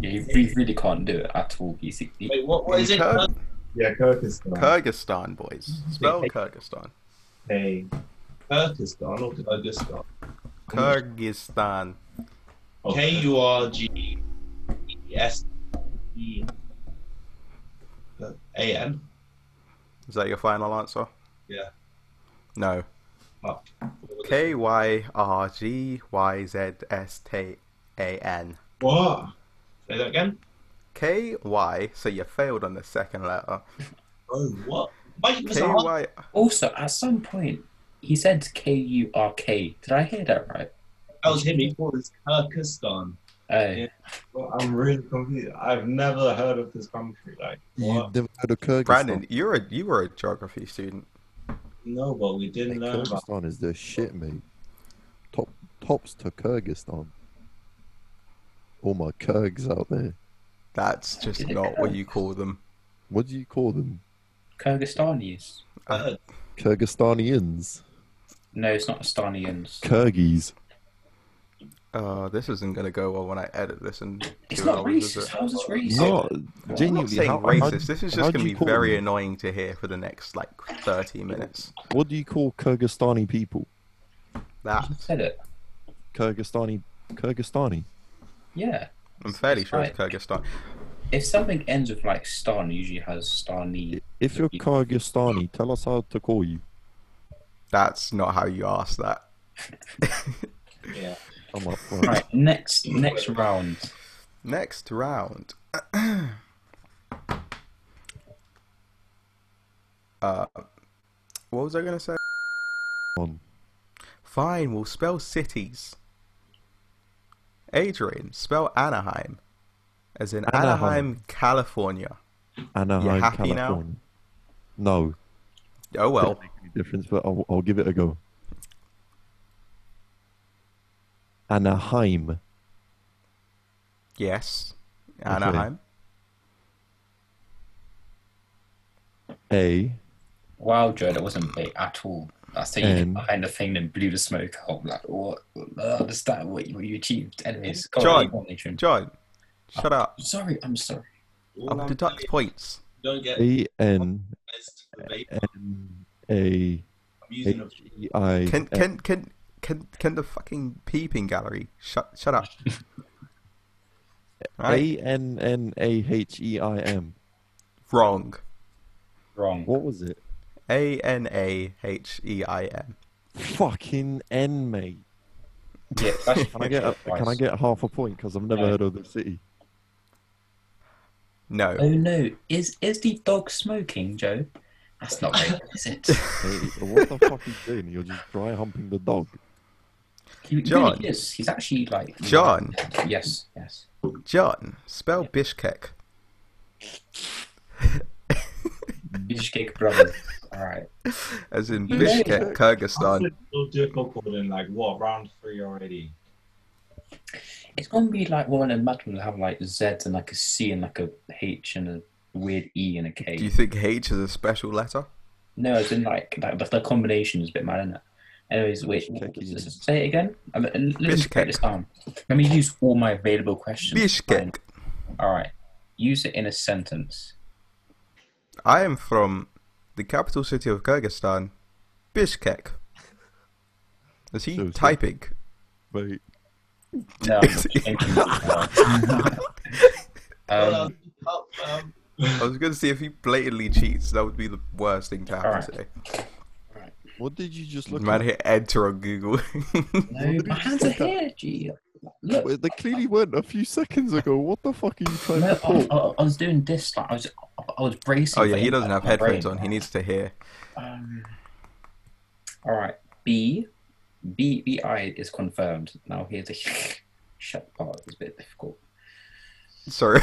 Speaker 1: Yeah, you re- really can't do it at all, basically.
Speaker 5: Wait, what, what is it?
Speaker 4: Kyr-
Speaker 2: it. Yeah, Kyrgyzstan.
Speaker 4: Kyrgyzstan, boys. Spell Kyrgyzstan.
Speaker 2: K.
Speaker 5: Kyrgyzstan or Kyrgyzstan?
Speaker 4: Kyrgyzstan.
Speaker 2: Oh,
Speaker 5: K U R G E S E A N.
Speaker 4: Is that your final answer?
Speaker 5: Yeah.
Speaker 4: No.
Speaker 5: Oh.
Speaker 4: K Y R G Y Z S T A N.
Speaker 5: What? Say that again.
Speaker 4: K Y, so you failed on the second letter.
Speaker 5: Oh, what? Why you miss
Speaker 4: K
Speaker 5: a hard-
Speaker 4: Y.
Speaker 1: Also, at some point, he said K U R K. Did I hear that right?
Speaker 5: That was him. He called us Kyrgyzstan.
Speaker 1: Oh,
Speaker 5: Yeah.
Speaker 2: Well, I'm really confused. I've never heard of this country. Like, what?
Speaker 3: You've never heard of Kyrgyzstan.
Speaker 4: Brandon, you're a you were a geography student.
Speaker 5: No, but we
Speaker 3: Hey,
Speaker 5: didn't know about
Speaker 3: Kyrgyzstan is the shit, mate. Top tops to Kyrgyzstan. All my Kyrgyz out there.
Speaker 4: That's just
Speaker 1: did it
Speaker 4: not what you call them.
Speaker 3: What do you call them?
Speaker 1: Kyrgyzstanis.
Speaker 5: that.
Speaker 3: Kyrgyzstanians,
Speaker 1: No, it's not Astanians.
Speaker 3: Kyrgyz.
Speaker 4: Oh, this isn't gonna go well when I edit this and
Speaker 1: It's not racist.
Speaker 4: it?
Speaker 1: How is this racist?
Speaker 3: Not
Speaker 4: I'm not
Speaker 3: genuinely.
Speaker 4: saying
Speaker 3: how- how-
Speaker 4: racist. This is
Speaker 3: how
Speaker 4: just
Speaker 3: do
Speaker 4: gonna
Speaker 3: you
Speaker 4: be
Speaker 3: call
Speaker 4: very
Speaker 3: them?
Speaker 4: annoying to hear for the next like thirty minutes.
Speaker 3: What do you call Kyrgyzstani people?
Speaker 4: That
Speaker 1: You said it.
Speaker 3: Kyrgyzstani, Kyrgyzstani.
Speaker 1: Yeah.
Speaker 4: I'm fairly sure it's Kyrgyzstan.
Speaker 1: If something ends with like Stan, it usually has Stani.
Speaker 3: If you're Kyrgyzstani, tell us how to call you.
Speaker 4: That's not how you ask that.
Speaker 5: Yeah.
Speaker 3: I'm up for
Speaker 1: Right, next next round.
Speaker 4: Next round. uh, what was I going to say?
Speaker 3: on.
Speaker 4: Fine, we'll spell cities. Adrian, spell Anaheim. As in Anaheim,
Speaker 3: Anaheim.
Speaker 4: California.
Speaker 3: Anaheim,
Speaker 4: happy now?
Speaker 3: California. No,
Speaker 4: Oh well.
Speaker 3: doesn't make any difference, but I'll, I'll give it a go. Anaheim,
Speaker 4: Yes. Anaheim.
Speaker 3: A.
Speaker 1: Wow, Joe, that wasn't bait at all. I think you
Speaker 3: Um,
Speaker 1: did behind the thing and blew the smoke out. I'm like, what? I don't understand what you, what you achieved. Anyways, go
Speaker 4: John.
Speaker 1: on, Adrian.
Speaker 4: John, shut up.
Speaker 1: Sorry, I'm sorry.
Speaker 4: I'll deduct points.
Speaker 5: Don't get
Speaker 3: A N
Speaker 5: biased for vape.
Speaker 3: N A
Speaker 5: I'm using a
Speaker 3: H E I.
Speaker 4: Can can can can can the fucking peeping gallery shut shut up? Right?
Speaker 3: A N N A H E I M.
Speaker 4: Wrong.
Speaker 1: Wrong.
Speaker 3: What was it?
Speaker 4: A N A H E I M.
Speaker 3: Fucking N, mate.
Speaker 1: Yeah, that's
Speaker 3: Can I get a, can I get half a point? Because I've never
Speaker 1: No.
Speaker 3: heard of the city.
Speaker 1: Oh
Speaker 4: No.
Speaker 1: no, is is the dog smoking, Joe? That's not right, is it?
Speaker 3: Hey, what the fuck are you doing? You're just dry humping the dog.
Speaker 1: He
Speaker 4: John.
Speaker 1: really is. He's actually like
Speaker 4: John.
Speaker 1: Yes, yes.
Speaker 4: John, spell Bishkek.
Speaker 1: Bishkek brother. All right.
Speaker 4: As in
Speaker 1: Yeah.
Speaker 4: Bishkek, Kyrgyzstan.
Speaker 2: so difficult in like what round three already?
Speaker 1: It's gonna be like one of Madman will have like Z and like a C and like a H and a weird E and a K.
Speaker 4: Do you think H is a special letter?
Speaker 1: No, as in like that, but the combination is a bit mad, isn't it? Anyways, wait,
Speaker 3: Bishkek is-
Speaker 1: s- s- say it again. I'm, let me just
Speaker 4: Bishkek.
Speaker 1: break this down. Let me use all my available questions.
Speaker 4: Bishkek.
Speaker 1: All right, use it in a sentence.
Speaker 4: I am from the capital city of Kyrgyzstan, Bishkek. Is he
Speaker 3: So is that-
Speaker 4: typing?
Speaker 3: Mate,
Speaker 1: No, I'm just thinking about- um,
Speaker 5: Well, oh, um,
Speaker 4: I was going to say if he blatantly cheats, that would be the worst thing to happen
Speaker 1: Alright.
Speaker 4: today.
Speaker 3: what did you just
Speaker 4: You
Speaker 3: look
Speaker 4: might
Speaker 3: at?
Speaker 4: hit enter on Google.
Speaker 1: no, my hands are here, G. Look,
Speaker 3: Wait, They clearly went a few seconds ago. What the fuck are you trying
Speaker 1: No,
Speaker 3: to pull?
Speaker 1: I, I, I was doing this. Like I was, I was bracing.
Speaker 4: oh yeah,
Speaker 1: for
Speaker 4: he
Speaker 1: impact
Speaker 4: doesn't have
Speaker 1: in my
Speaker 4: headphones
Speaker 1: brain.
Speaker 4: on. He needs to hear.
Speaker 1: Um, all right, B, B, B I is confirmed. Now here's a shut part. It's a bit difficult.
Speaker 4: Sorry,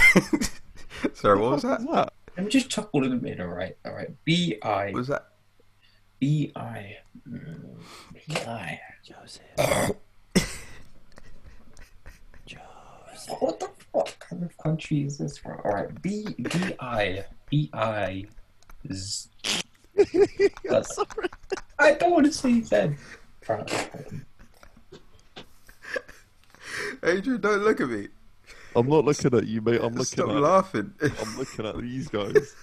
Speaker 4: sorry. What was
Speaker 3: fuck
Speaker 4: that?
Speaker 3: was that?
Speaker 1: Let me just chuck all of them in. All right, all right. B I
Speaker 4: What was that?
Speaker 1: B I mm, B I.
Speaker 6: Joseph. Joseph.
Speaker 1: What the fuck kind of country is this from? All right, B B I B I. Z- Uh, I don't want to say Z. Alright,
Speaker 4: Adrian, don't look at me.
Speaker 3: I'm not looking at you, mate. I'm looking
Speaker 4: Stop
Speaker 3: at.
Speaker 4: laughing.
Speaker 3: I'm looking at these guys.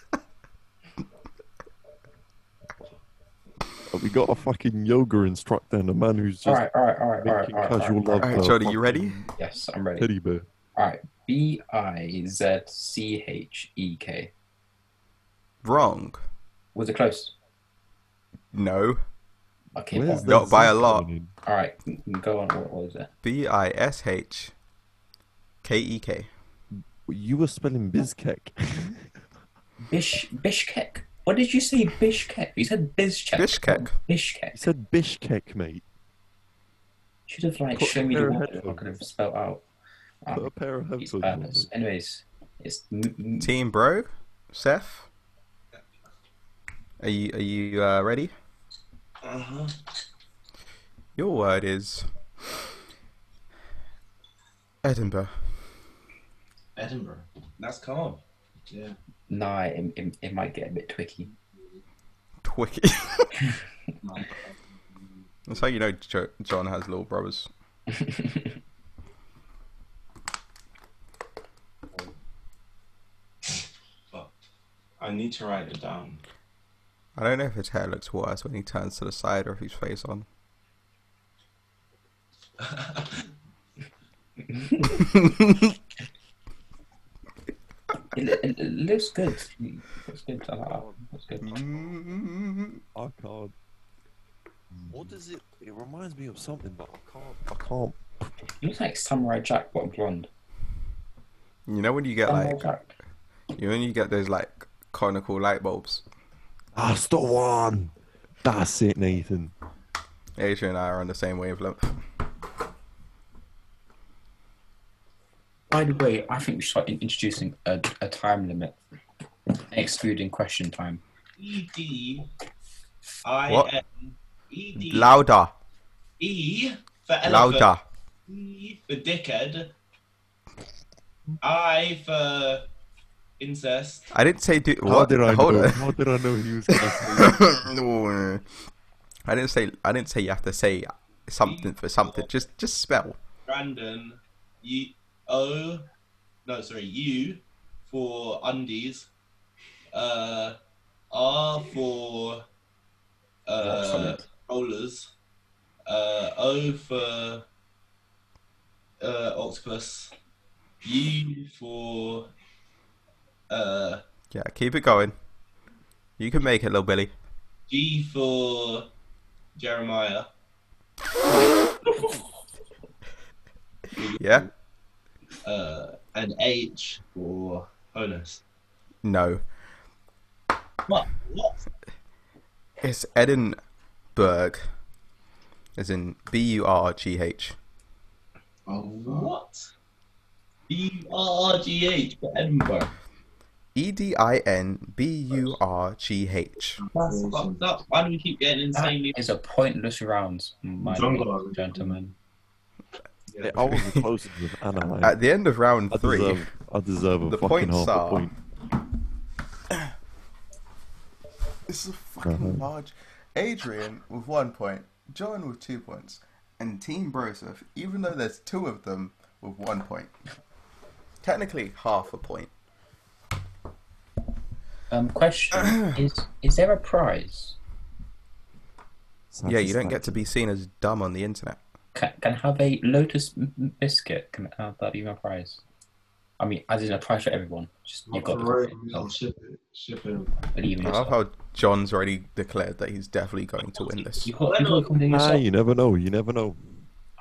Speaker 3: Have we got a fucking yoga instructor and a man who's just
Speaker 1: all right, all right, all right, all right,
Speaker 3: making
Speaker 1: all right.
Speaker 3: casual
Speaker 1: all right.
Speaker 3: love.
Speaker 4: All right,
Speaker 3: to a
Speaker 4: Jody, you ready?
Speaker 3: fucking
Speaker 1: Yes, I'm ready.
Speaker 3: Teddy bear.
Speaker 1: All right, B I Z C H E K.
Speaker 4: Wrong.
Speaker 1: Was it close?
Speaker 4: No.
Speaker 1: Okay.
Speaker 3: Where's
Speaker 1: fine.
Speaker 3: that
Speaker 4: Not by a
Speaker 3: Zeus
Speaker 4: lot.
Speaker 3: coming in?
Speaker 1: All right, go on. What was it?
Speaker 4: B I S H K E K.
Speaker 3: Well, You were spelling bizkek.
Speaker 1: Bish Bishkek. What did you say, Bishkek? You said Bizkek.
Speaker 4: Bishkek.
Speaker 3: You
Speaker 1: Bishkek.
Speaker 3: said bishkek, mate.
Speaker 1: Should have like
Speaker 3: Put
Speaker 1: shown me
Speaker 3: their
Speaker 1: the word.
Speaker 3: headphones.
Speaker 1: I could have spelled out.
Speaker 3: Put
Speaker 1: Um,
Speaker 3: a pair of
Speaker 1: it's
Speaker 3: headphones on.
Speaker 1: madness.
Speaker 3: mate.
Speaker 1: Anyways, it's m- m-
Speaker 4: Team bro, Seth. Are you are you uh, ready?
Speaker 2: Uh-huh.
Speaker 4: Your word is Edinburgh.
Speaker 2: Edinburgh. That's calm. Yeah.
Speaker 1: nah. It, it, it might get a bit twicky.
Speaker 4: Twicky.
Speaker 2: No.
Speaker 4: That's how you know jo- John has little brothers.
Speaker 2: I need to write it down.
Speaker 4: I don't know if his hair looks worse when he turns to the side or if he's face on.
Speaker 1: It, it, it looks good. It looks good. I like that. Looks good.
Speaker 3: I can't. What does it? It reminds me of something, but I can't. I can't.
Speaker 1: You look like Samurai Jack, but blonde.
Speaker 4: You know when you get
Speaker 1: Samurai
Speaker 4: like
Speaker 1: Jack.
Speaker 4: you know when you get those like conical light bulbs.
Speaker 3: That's the one. That's it, Nathan.
Speaker 4: Adrian and I are on the same wavelength.
Speaker 1: By the way, I think we should start in- introducing a, a time limit, excluding question time.
Speaker 5: E D I
Speaker 4: What?
Speaker 5: N E D
Speaker 4: Louder,
Speaker 5: E for elephant.
Speaker 4: louder.
Speaker 5: E for dickhead. I for incest.
Speaker 4: I didn't say do.
Speaker 3: How
Speaker 4: What?
Speaker 3: did I
Speaker 4: Hold
Speaker 3: know?
Speaker 4: on.
Speaker 3: How did I know he was? Gonna say that?
Speaker 4: No. I didn't say. I didn't say you have to say something for something. Just, just spell.
Speaker 5: Brandon. U O. No, sorry. U for undies. Uh, R for
Speaker 1: Rock
Speaker 5: uh,
Speaker 1: solid.
Speaker 5: rollers. Uh, o for uh, octopus. U for uh,
Speaker 4: Yeah, keep it going. You can make it, little Billy.
Speaker 5: G for Jeremiah.
Speaker 4: Yeah.
Speaker 5: uh, an H for Honus.
Speaker 4: No,
Speaker 5: What? What?
Speaker 4: it's Edinburgh, as in B U R G H.
Speaker 2: Oh,
Speaker 5: What? B R G H for Edinburgh.
Speaker 4: E D I N B U R G H.
Speaker 5: That's fucked up. Why do we keep getting
Speaker 1: That
Speaker 5: insanely?
Speaker 1: is a pointless round, my
Speaker 2: Jungle.
Speaker 1: gentlemen.
Speaker 5: Yeah.
Speaker 3: I was closing with Anaheim.
Speaker 4: At the end of round
Speaker 3: I
Speaker 4: three,
Speaker 3: deserve, I deserve a
Speaker 4: the
Speaker 3: fucking
Speaker 4: points
Speaker 3: half
Speaker 4: are.
Speaker 3: a point.
Speaker 4: This is a fucking large. Adrian with one point, John with two points, and Team Broseph, even though there's two of them, with one point. Technically, half a point.
Speaker 1: Um, question is: Is there a prize?
Speaker 4: yeah, you don't get to be seen as dumb on the internet.
Speaker 1: Can, can I have a lotus m- m- biscuit? Can I have that be my prize? I mean, as in a prize for everyone. Just you've
Speaker 2: Not
Speaker 1: got
Speaker 2: Ferrari,
Speaker 1: the
Speaker 2: I'll ship it. Ship it.
Speaker 1: believe in
Speaker 4: I love
Speaker 1: yourself.
Speaker 4: how John's already declared that he's definitely going to win this.
Speaker 1: You've got, you've got to come to
Speaker 3: Ah,
Speaker 1: yourself.
Speaker 3: you never know. You never know.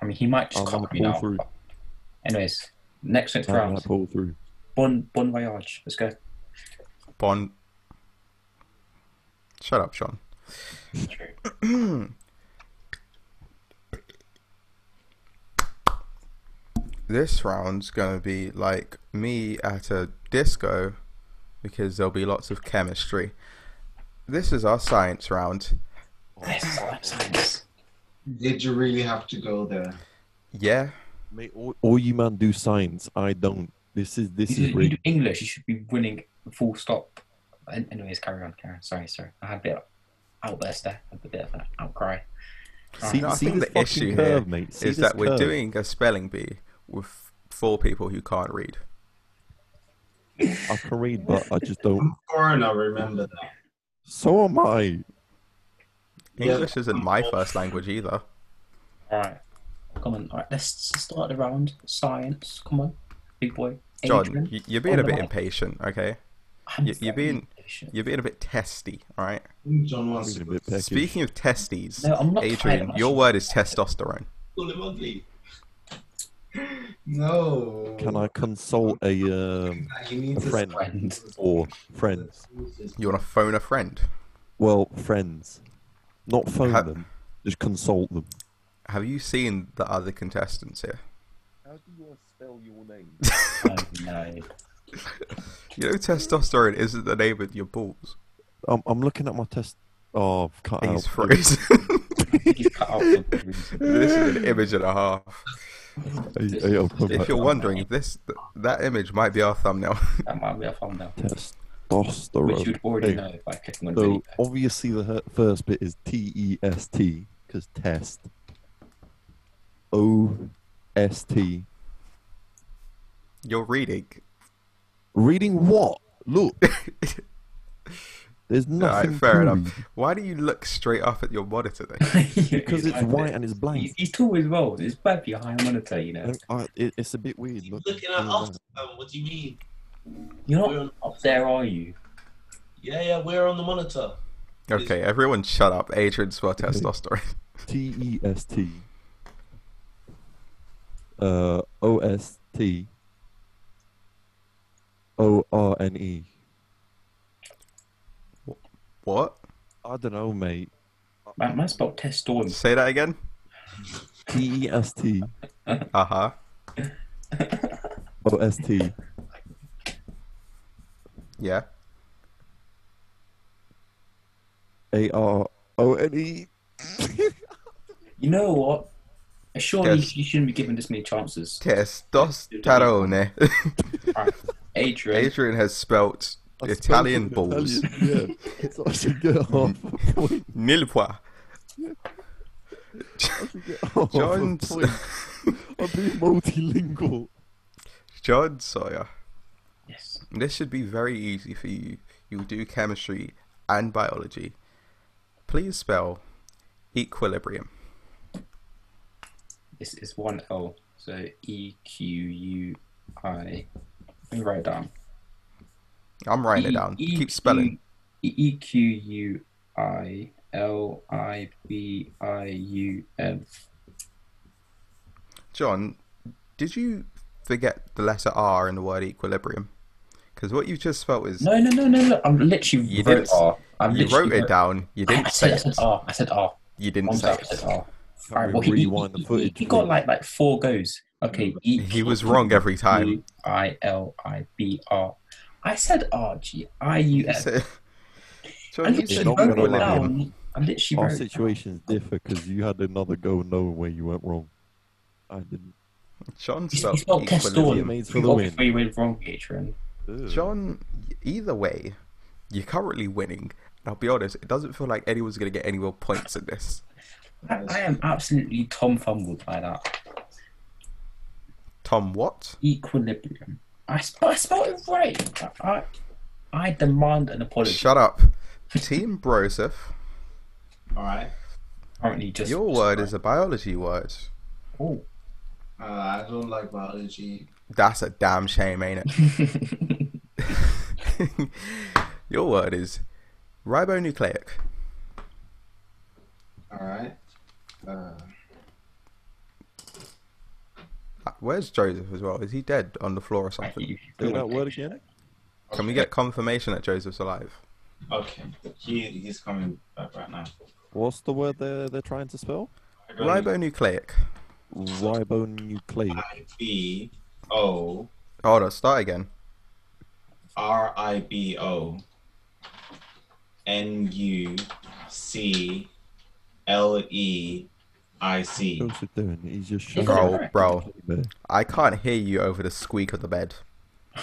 Speaker 1: I mean, he might just
Speaker 3: I'll
Speaker 1: cock
Speaker 3: not
Speaker 1: me
Speaker 3: pull
Speaker 1: now.
Speaker 3: through.
Speaker 1: Anyways, next next
Speaker 3: I
Speaker 1: round.
Speaker 3: might pull through.
Speaker 1: Bon bon voyage. Let's go.
Speaker 4: Bond. Shut up, John. this round's gonna be like me at a disco because there'll be lots of chemistry. This is our science round.
Speaker 1: Yes, science.
Speaker 2: Did you really have to go there?
Speaker 4: Yeah,
Speaker 3: Mate, all, all you man do science. I don't. This is this
Speaker 1: You,
Speaker 3: is
Speaker 1: do- you
Speaker 3: rigged.
Speaker 1: do English. You should be winning. Full stop. An- Anyways, carry on. Carry on. Sorry, sorry. I had a bit of outburst there. I had a bit of an outcry.
Speaker 3: See,
Speaker 4: No, I
Speaker 3: see
Speaker 4: think
Speaker 3: this
Speaker 4: the
Speaker 3: fucking
Speaker 4: issue here
Speaker 3: curve, mate. See
Speaker 4: is
Speaker 3: this
Speaker 4: that we're
Speaker 3: curve?
Speaker 4: doing a spelling bee with four people who can't read.
Speaker 3: I can read, but I just don't.
Speaker 2: Foreigner, remember that.
Speaker 3: So am I.
Speaker 2: Yeah.
Speaker 4: English isn't my first language either.
Speaker 1: All right. Come on. All right. Let's s- start the round. Science. Come on, big boy.
Speaker 4: John,
Speaker 1: Adrian,
Speaker 4: y- you're being a
Speaker 1: on the
Speaker 4: bit
Speaker 1: mic.
Speaker 4: impatient, okay?
Speaker 1: I'm
Speaker 4: you- you're
Speaker 1: very
Speaker 4: being-
Speaker 1: impatient.
Speaker 4: You're being a bit testy, all right?
Speaker 2: John wants
Speaker 3: Being
Speaker 2: to
Speaker 3: a
Speaker 2: go.
Speaker 3: bit peckish.
Speaker 4: Speaking of testes,
Speaker 1: No, I'm not tired,
Speaker 4: Adrian,
Speaker 1: I'm
Speaker 4: your
Speaker 1: actually-
Speaker 4: word is testosterone.
Speaker 5: Call him ugly.
Speaker 2: No.
Speaker 3: Can I consult a um,
Speaker 2: He needs
Speaker 3: a
Speaker 2: a
Speaker 3: friend.
Speaker 2: friend.
Speaker 3: or friends?
Speaker 4: You want to phone a friend?
Speaker 3: Well, friends, not phone
Speaker 4: Ha-
Speaker 3: them. Just consult them.
Speaker 4: Have you seen the other contestants here?
Speaker 3: How do you spell your name?
Speaker 1: Oh, no.
Speaker 4: You know, testosterone isn't the name of your balls.
Speaker 3: I'm, I'm looking at my test. Oh, I've cut
Speaker 4: He's
Speaker 3: out.
Speaker 4: frozen.
Speaker 1: He's cut out for good reason.
Speaker 4: this is an image and a half.
Speaker 3: Hey, hey, I'll come
Speaker 4: If
Speaker 3: back.
Speaker 4: you're wondering, this th- that image might be our thumbnail.
Speaker 1: That might be a thumbnail. Which you'd
Speaker 3: Testosterone.
Speaker 1: already
Speaker 3: Hey,
Speaker 1: know by clicking on the
Speaker 3: So
Speaker 1: video.
Speaker 4: oh,
Speaker 3: obviously the her- first bit is T E S T because test. O S T.
Speaker 4: You're reading.
Speaker 3: Reading what? Look. There's
Speaker 4: All
Speaker 3: nothing.
Speaker 4: right, fair
Speaker 3: to
Speaker 4: enough.
Speaker 3: read.
Speaker 4: Why do you look straight up at your monitor then?
Speaker 3: Because it's white and it's blank.
Speaker 1: He's, he's tall as well. It's bad behind a monitor, you know.
Speaker 3: And I, it, it's a bit weird.
Speaker 5: You're
Speaker 3: Look,
Speaker 5: looking at us. Um, what do you mean?
Speaker 1: You're
Speaker 5: We're
Speaker 1: not
Speaker 5: on-
Speaker 1: up there, are you?
Speaker 5: yeah, yeah, we're on the monitor.
Speaker 4: Okay, everyone shut up. Adrian's for testosterone.
Speaker 3: T E S T. Uh, O S T. O R N E.
Speaker 4: What?
Speaker 3: I don't know, mate.
Speaker 1: Man, man spelled test dawn.
Speaker 4: Say that again?
Speaker 3: T E S T.
Speaker 4: Uh huh.
Speaker 3: O S T.
Speaker 4: Yeah.
Speaker 3: A R O N E.
Speaker 1: You know what? Surely
Speaker 4: Yes.
Speaker 1: you shouldn't be given this many chances.
Speaker 4: Testosterone.
Speaker 1: Alright, Adrian,
Speaker 4: Adrian has spelt Italian balls.
Speaker 3: Italian, yeah. So I should get half a point.
Speaker 4: Nil point.
Speaker 3: I should get half
Speaker 4: John's-
Speaker 3: a point. I'm being multilingual.
Speaker 4: John Sawyer.
Speaker 1: Yes.
Speaker 4: This should be very easy for you. You do chemistry and biology. Please spell equilibrium.
Speaker 1: This is one L. So E Q U I. Let me write it down.
Speaker 4: I'm writing it down.
Speaker 1: E- E-
Speaker 4: Keep spelling.
Speaker 1: E E Q U I L I B I U M.
Speaker 4: John, did you forget the letter R in the word equilibrium? Because what you just spelled is
Speaker 1: No, no, no, no, no. I'm literally
Speaker 4: You
Speaker 1: wrote
Speaker 4: didn't-
Speaker 1: R. I'm
Speaker 4: you
Speaker 1: literally
Speaker 4: wrote it down. You
Speaker 1: I, I
Speaker 4: didn't
Speaker 1: said,
Speaker 4: say
Speaker 1: I said
Speaker 4: it.
Speaker 1: R. I said R.
Speaker 4: You didn't
Speaker 1: One
Speaker 4: say
Speaker 1: time I said
Speaker 4: it.
Speaker 1: R. Alright,
Speaker 3: we
Speaker 1: well, "Oh, he, he,
Speaker 3: rewind the
Speaker 1: he-
Speaker 3: footage, Mm.
Speaker 1: he got
Speaker 3: please?
Speaker 1: like like four goes. Okay. E-
Speaker 4: He was wrong every time.
Speaker 1: U I L I B R. I said R G I U
Speaker 4: You
Speaker 1: S.
Speaker 4: said-
Speaker 1: I
Speaker 4: John, you said "Oh,
Speaker 1: literally
Speaker 3: not gonna
Speaker 1: wrote it
Speaker 3: lie.
Speaker 4: equilibrium.
Speaker 1: down. I literally
Speaker 3: Our
Speaker 1: wrote it down.
Speaker 3: situations differ because you had another go knowing where you went wrong. I didn't.
Speaker 4: John
Speaker 1: He
Speaker 4: spelled
Speaker 1: spelled
Speaker 4: equilibrium.
Speaker 1: Testorin.
Speaker 3: Mates for the
Speaker 1: Or
Speaker 3: win.
Speaker 1: Three win wrong, Adrian.
Speaker 4: John, either way, you're currently winning. And I'll be honest, it doesn't feel like anyone's going to get any more points in this.
Speaker 1: I, I am absolutely Tom fumbled by that.
Speaker 4: Tom, what?
Speaker 1: Equilibrium. I, sp- I spelled it right. I, I, I demand an apology.
Speaker 4: Shut up. Team Broseph,
Speaker 2: All right.
Speaker 1: Apparently, just
Speaker 4: your word is a biology word.
Speaker 1: Oh.
Speaker 2: Uh, I don't like biology.
Speaker 4: That's a damn shame, ain't it? your word is ribonucleic.
Speaker 2: All right. Uh,
Speaker 4: Where's Joseph as well? Is he dead on the floor or something?
Speaker 3: Say that
Speaker 1: Word
Speaker 3: word again.
Speaker 4: Can we get confirmation that Joseph's alive?
Speaker 2: okay. He he's coming back right now.
Speaker 3: What's the word they're, they're trying to spell?
Speaker 2: I don't
Speaker 4: Ribonucleic.
Speaker 3: Ribonucleic.
Speaker 2: I B O
Speaker 4: Hold on, start again.
Speaker 2: R I B O N U C L E I C.
Speaker 3: What's it doing? He's just
Speaker 1: He's
Speaker 3: shagging
Speaker 4: Bro,
Speaker 3: a
Speaker 4: bro,
Speaker 3: teddy bear.
Speaker 4: I can't hear you over the squeak of the bed.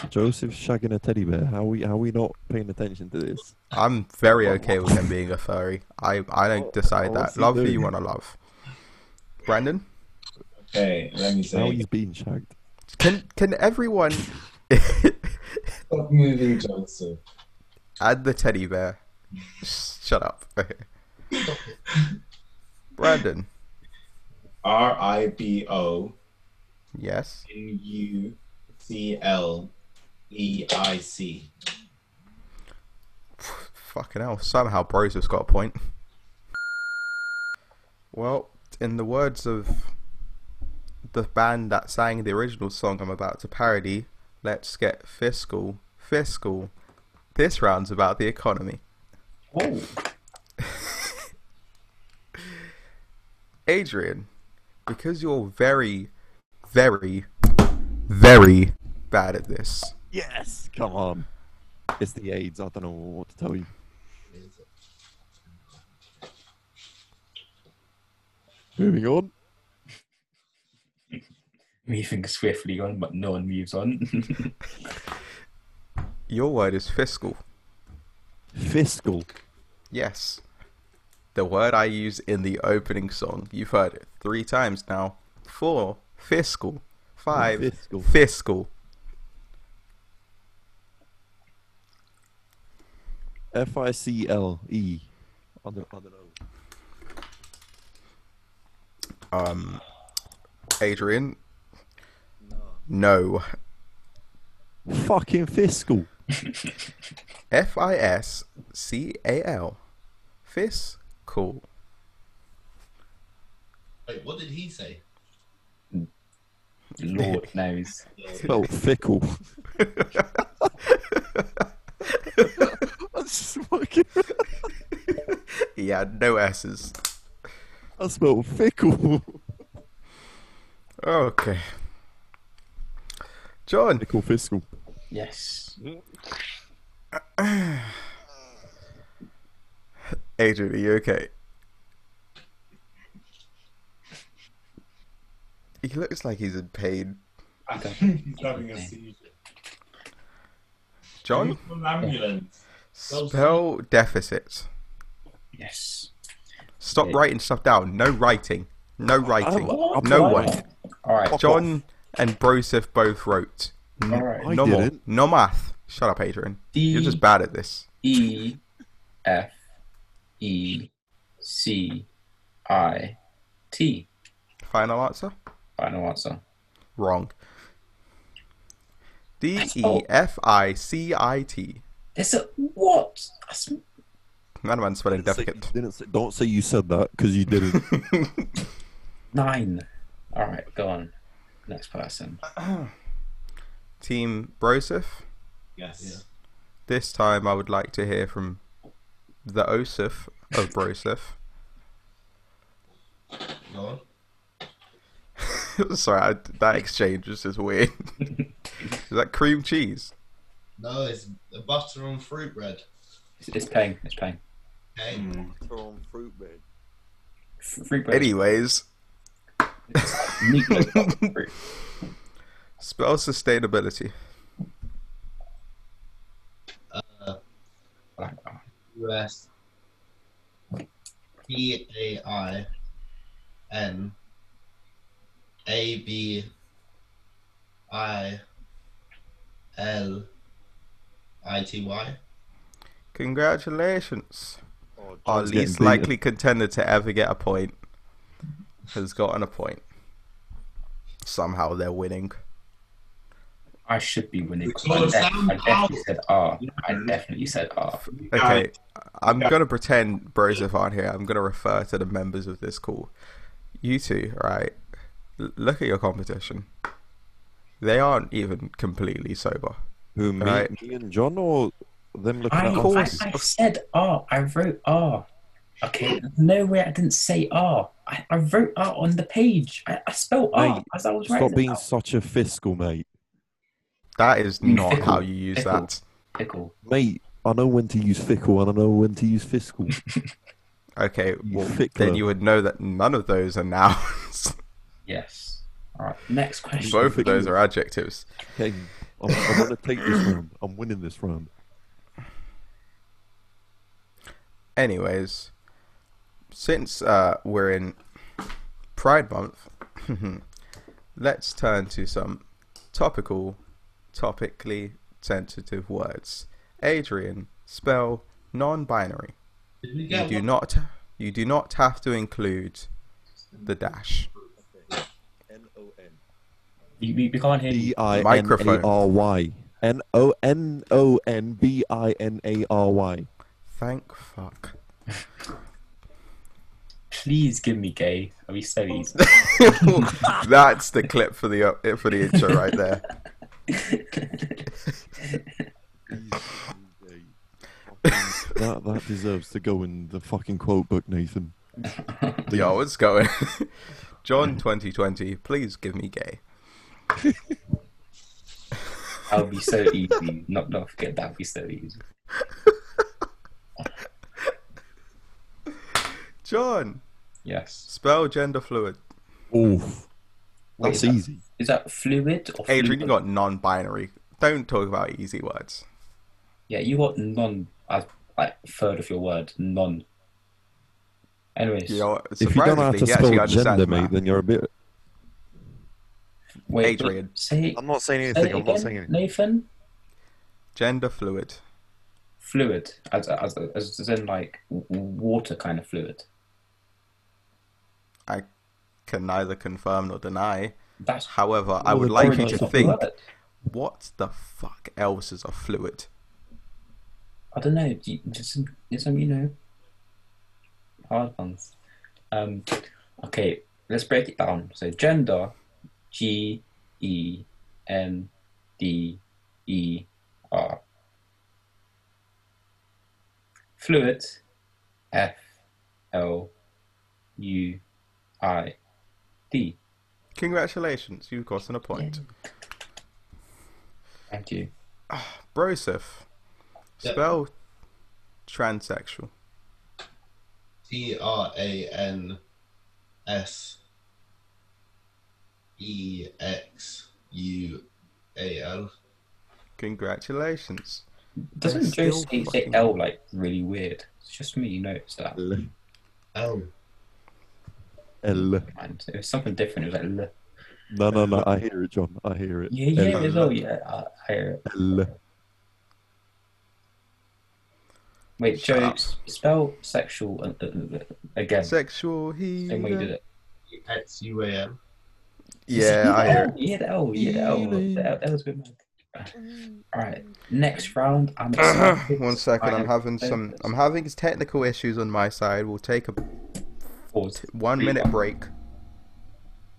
Speaker 3: Joseph's shagging a teddy bear. How we how we not paying attention to this?
Speaker 4: I'm very okay with him being a furry. I, I don't decide
Speaker 3: what's
Speaker 4: that.
Speaker 3: he
Speaker 4: Love who
Speaker 3: doing?
Speaker 4: you want to love. Brandon,
Speaker 2: Okay, let me
Speaker 3: How
Speaker 2: say.
Speaker 3: he's being shagged.
Speaker 4: can can everyone
Speaker 2: Stop moving, Joseph.
Speaker 4: add the teddy bear? Shut up. Brandon,
Speaker 2: R I B O
Speaker 4: yes.
Speaker 2: N U C L E I C.
Speaker 4: Fucking hell. Somehow Bros has got a point. Well, in the words of the band that sang the original song I'm about to parody, let's get fiscal. Fiscal. This round's about the economy.
Speaker 1: Oh,
Speaker 4: Adrian, because you're very, very, very bad at this,
Speaker 3: Yes, come on. It's the AIDS. I don't know what to tell you. Moving on.
Speaker 1: moving swiftly on, but no one moves on.
Speaker 4: your word is fiscal.
Speaker 3: Fiscal.
Speaker 4: Yes. The word I use in the opening song. You've heard it three times now. Four. Fiscal. Five.
Speaker 3: fiscal.
Speaker 4: Fiscal.
Speaker 3: F I C L E. I don't, I don't know.
Speaker 4: Um, Adrian. No.
Speaker 3: Fucking fiscal.
Speaker 4: F I S C A L. Fiscal.
Speaker 5: Wait, what did he say?
Speaker 1: Lord knows.
Speaker 3: Spelled fickle. That's just fucking.
Speaker 4: Yeah, no S's.
Speaker 3: I spelled fickle.
Speaker 4: Okay. John,
Speaker 3: Fickle fiscal.
Speaker 1: Yes.
Speaker 4: Adrian, are you okay? He looks like he's in pain.
Speaker 2: I think he's having a seizure.
Speaker 4: John,
Speaker 2: Call an ambulance.
Speaker 4: spell deficit.
Speaker 1: Yes.
Speaker 4: Stop
Speaker 1: Yeah.
Speaker 4: writing stuff down. No writing. No writing.
Speaker 3: I'm
Speaker 4: No
Speaker 3: not-
Speaker 4: one.
Speaker 1: All right.
Speaker 4: John and Broseph both wrote. N-
Speaker 1: All right.
Speaker 3: I
Speaker 4: no more.
Speaker 3: didn't.
Speaker 4: No math. Shut up, Adrian. You're just bad at this.
Speaker 1: E F E C I T.
Speaker 4: Final answer?
Speaker 1: Final answer.
Speaker 4: Wrong. D E
Speaker 1: Oh.
Speaker 4: F I C I T.
Speaker 1: It's a what? That's-
Speaker 4: That man's spelling
Speaker 3: Didn't say-
Speaker 4: deficit.
Speaker 3: didn't say- don't say you said that because you didn't.
Speaker 1: Nine. All right. Go on. Next person.
Speaker 4: Team Broseph.
Speaker 2: Yes.
Speaker 4: This time I would like to hear from the Osif of Broseph.
Speaker 5: Go on.
Speaker 4: Sorry, I, that exchange was just weird. Is that cream cheese?
Speaker 5: No, it's butter on fruit bread.
Speaker 1: It's, it's paying. It's paying.
Speaker 5: Okay.
Speaker 2: Mm.
Speaker 1: Free bread.
Speaker 4: Anyways,
Speaker 1: It's like Negro cut through.
Speaker 4: Spell sustainability.
Speaker 1: Like, oh,
Speaker 7: U S B A I N A B I L I T Y.
Speaker 4: Congratulations.
Speaker 3: Oh,
Speaker 4: Our
Speaker 3: John's getting
Speaker 4: least
Speaker 3: beaten.
Speaker 4: likely contender to ever get a point has gotten a point. Somehow they're winning.
Speaker 1: I should be winning.
Speaker 2: It's
Speaker 1: I,
Speaker 2: all
Speaker 1: def- I
Speaker 7: sound
Speaker 1: definitely said R. I definitely said R.
Speaker 4: Okay, I'm gonna pretend Brozif aren't here. I'm gonna refer to the members of this call. You two, right? l- Look at your competition. They aren't even completely sober.
Speaker 3: Who me,
Speaker 4: Right.
Speaker 3: me and John or them looking
Speaker 1: I,
Speaker 3: at
Speaker 1: I,
Speaker 3: us?
Speaker 1: I said R. I wrote R. Okay, no way I didn't say R. I, I wrote R on the page. I, I spelled R
Speaker 3: Mate,
Speaker 1: as I was writing.
Speaker 3: Stop being
Speaker 1: it out.
Speaker 3: such a fiscal, mate.
Speaker 4: That is
Speaker 1: Mm,
Speaker 4: not
Speaker 1: fickle,
Speaker 4: how you use
Speaker 1: fickle.
Speaker 4: that.
Speaker 1: Pickle.
Speaker 3: Mate, I know when to use fickle and I know when to use fiscal.
Speaker 4: Okay, well,
Speaker 3: fickler.
Speaker 4: then you would know that none of those are nouns.
Speaker 1: Yes. All right. Next question.
Speaker 4: Both of those are adjectives.
Speaker 3: Okay, I'm, I'm gonna take this round. I'm winning this round.
Speaker 4: Anyways, since uh, we're in Pride Month, let's turn to some topical, topically sensitive words. Adrian, spell non-binary.
Speaker 7: Did we
Speaker 4: You
Speaker 7: get
Speaker 4: do
Speaker 7: one?
Speaker 4: not. You do not have to include the dash.
Speaker 3: N O N
Speaker 1: We, we, we can't hear
Speaker 3: B
Speaker 1: you.
Speaker 3: I N A
Speaker 4: Microphone.
Speaker 3: R Y. N O N O N B I N A R Y.
Speaker 4: Thank fuck.
Speaker 1: Please give me gay. Are we so easy?
Speaker 4: That's the clip for the uh, for the intro right there.
Speaker 3: That that deserves to go in the fucking quote book, Nathan.
Speaker 4: Yo, what's going? John 2020, please give me gay.
Speaker 1: I'll be so easy. Not not forget that. I'll be so easy.
Speaker 4: John,
Speaker 1: Yes.
Speaker 4: spell gender fluid.
Speaker 3: Oof.
Speaker 1: Wait,
Speaker 3: That's
Speaker 1: is that-
Speaker 3: easy.
Speaker 1: Is that fluid or
Speaker 4: Adrian,
Speaker 1: fluid?
Speaker 4: you got non-binary. Don't talk about easy words.
Speaker 1: Yeah, you got non. I like third of your word non. Anyways,
Speaker 4: You know, what?
Speaker 3: If you don't know how
Speaker 4: Surprisingly,
Speaker 3: to
Speaker 4: he actually
Speaker 3: spell
Speaker 4: understands
Speaker 3: gender, mate,
Speaker 4: math.
Speaker 3: then you're a bit.
Speaker 1: wait,
Speaker 4: Adrian.
Speaker 1: wait, say,
Speaker 3: I'm not saying
Speaker 1: say it again, Nathan,
Speaker 4: Gender fluid.
Speaker 1: fluid as as as, as in like w- water kind of fluid.
Speaker 4: I can neither confirm nor deny.
Speaker 1: That's
Speaker 4: However, I
Speaker 3: Well,
Speaker 4: would
Speaker 3: the
Speaker 4: like you
Speaker 3: origins
Speaker 4: to
Speaker 1: of the
Speaker 4: think,
Speaker 1: word.
Speaker 4: what the fuck else is a fluid?
Speaker 1: I don't know. do you- Just some, just some, you know, hard ones. Um, okay, let's break it down. So gender, G E N D E R. Fluid, F L U I D.
Speaker 4: Congratulations, you've gotten a point.
Speaker 1: Thank you.
Speaker 4: Broseph,
Speaker 7: Yeah.
Speaker 4: spell transsexual.
Speaker 7: T R A N S E X U A L.
Speaker 4: Congratulations.
Speaker 1: Doesn't
Speaker 4: They're
Speaker 1: Joe
Speaker 4: still
Speaker 1: say, say
Speaker 4: fucking-
Speaker 1: L like really weird? It's just me, you noticed that.
Speaker 7: L.
Speaker 3: L.
Speaker 1: And it was something different. It was like. L.
Speaker 3: No, no, no. I hear it, John. I hear it.
Speaker 1: Yeah, yeah,
Speaker 3: L.
Speaker 1: as well, yeah. I, I hear it.
Speaker 3: L.
Speaker 1: Wait,
Speaker 4: Shut
Speaker 1: Joe,
Speaker 4: up.
Speaker 1: s- spell sexual uh, uh, uh, again.
Speaker 4: Sexual he.
Speaker 1: Same way you did it.
Speaker 7: X U A L.
Speaker 4: Yeah, I hear it.
Speaker 1: Yeah, the L, yeah, the L. The L, that was good, man. All right, next round. I'm excited.
Speaker 4: Uh-huh. One second,
Speaker 1: I
Speaker 4: I'm
Speaker 1: am
Speaker 4: having
Speaker 1: so
Speaker 4: some.
Speaker 1: nervous.
Speaker 4: I'm having technical issues on my side. We'll take a
Speaker 1: Pause.
Speaker 4: one minute break.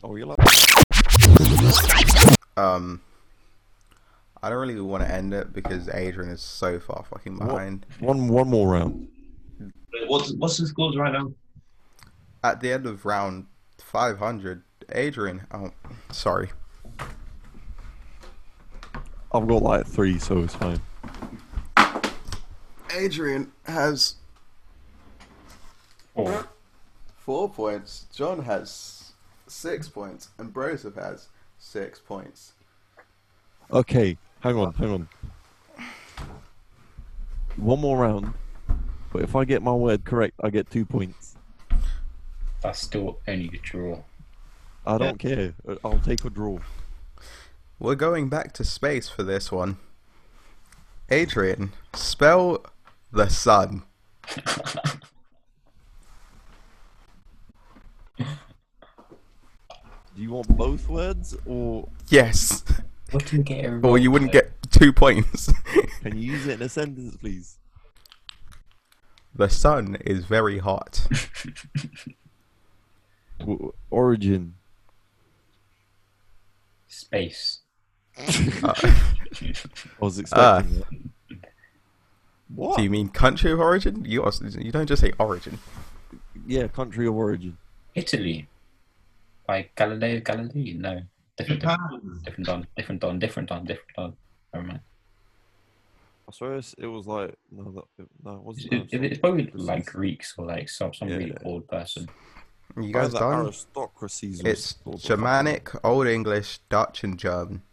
Speaker 3: Oh, you're like.
Speaker 4: Um, I don't really want to end it because Adrian is so far fucking
Speaker 3: What?
Speaker 4: behind.
Speaker 3: One, one more round.
Speaker 5: Wait, What's what's the scores right now?
Speaker 4: At the end of round 500, Adrian. Oh, sorry.
Speaker 3: I've got like three, so it's fine.
Speaker 4: Adrian has
Speaker 1: Pause.
Speaker 4: four points. John has six points, and Broseph has six points.
Speaker 3: Okay, hang on, hang on. One more round, but if I get my word correct, I get two points.
Speaker 1: That's still only a draw.
Speaker 3: I don't care. I- I'll take a draw.
Speaker 4: We're going back to space for this one. Adrian, spell the sun.
Speaker 3: Do you want both words, or
Speaker 4: Yes.
Speaker 1: What can get a
Speaker 4: Or
Speaker 1: roll?
Speaker 4: you wouldn't get two points.
Speaker 3: can you use it in a sentence, please?
Speaker 4: the sun is very hot.
Speaker 3: W- origin.
Speaker 1: Space.
Speaker 4: Uh.
Speaker 3: I
Speaker 4: Ah.
Speaker 3: was expecting it. What?
Speaker 4: Do you mean country of origin? You also, you don't just say origin.
Speaker 3: Yeah, country of origin.
Speaker 1: Italy. By Galileo Galilei. No. Different, different,
Speaker 2: Japan.
Speaker 1: different Don. Different Don. Different Don. Different Don. Never mind.
Speaker 3: I swear it's- it was like no, that, no, it wasn't.
Speaker 1: It, it, it's probably like Greeks or like some, some really
Speaker 3: Yeah.
Speaker 1: old person.
Speaker 4: You
Speaker 3: By
Speaker 4: guys
Speaker 3: the
Speaker 4: done?
Speaker 3: aristocracies. or
Speaker 4: It's
Speaker 3: sort of-
Speaker 4: Germanic, Old English, Dutch, and German.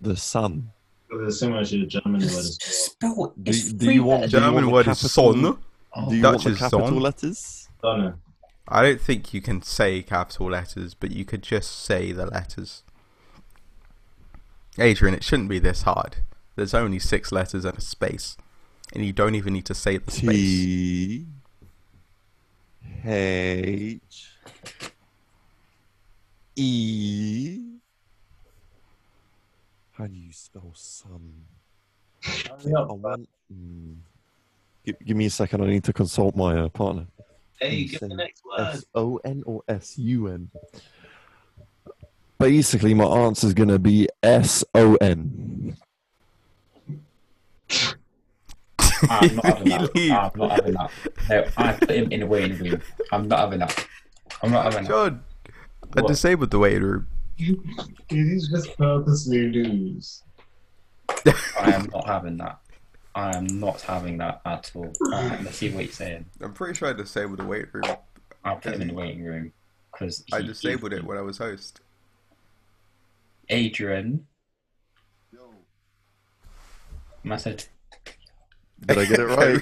Speaker 3: The sun.
Speaker 2: Well, There's similar to the German word as
Speaker 1: Spell
Speaker 3: Do,
Speaker 1: it's
Speaker 3: do you want
Speaker 1: three
Speaker 3: do you
Speaker 4: German
Speaker 3: want the
Speaker 4: word is
Speaker 3: capital-
Speaker 4: son.
Speaker 3: Do you
Speaker 4: Dutch
Speaker 3: want the
Speaker 4: is
Speaker 3: capital
Speaker 4: son.
Speaker 3: letters?
Speaker 2: well. Donna.
Speaker 4: I don't think you can say capital letters, but you could just say the letters. Adrian, it shouldn't be this hard. There's only six letters and a space, and you don't even need to say the space.
Speaker 3: T H E. How do you spell sun?
Speaker 2: Hurry up.
Speaker 3: I want. Mm. Give, give me a second. I need to consult my uh, partner.
Speaker 5: Hey,
Speaker 3: you
Speaker 5: give
Speaker 3: say
Speaker 5: me the next
Speaker 2: Uh,
Speaker 5: word.
Speaker 3: S O N or S U N? Basically, my answer's going to be S O N.
Speaker 1: Ah, I'm not having that. Ah,
Speaker 4: Leave.
Speaker 1: I'm not having that. No, I put him in a waiting room. I'm not having that. I'm not having that.
Speaker 4: John, I
Speaker 1: What?
Speaker 4: disabled the waiting room.
Speaker 2: Did he just purposely lose?
Speaker 1: I am not having that. I am not having that at all. Alright, let's see what he's saying.
Speaker 4: I'm pretty sure I disabled the waiting room.
Speaker 1: I put him in the waiting room because
Speaker 4: I disabled it when I was host.
Speaker 1: Adrian. And I said,
Speaker 3: Did I get it right?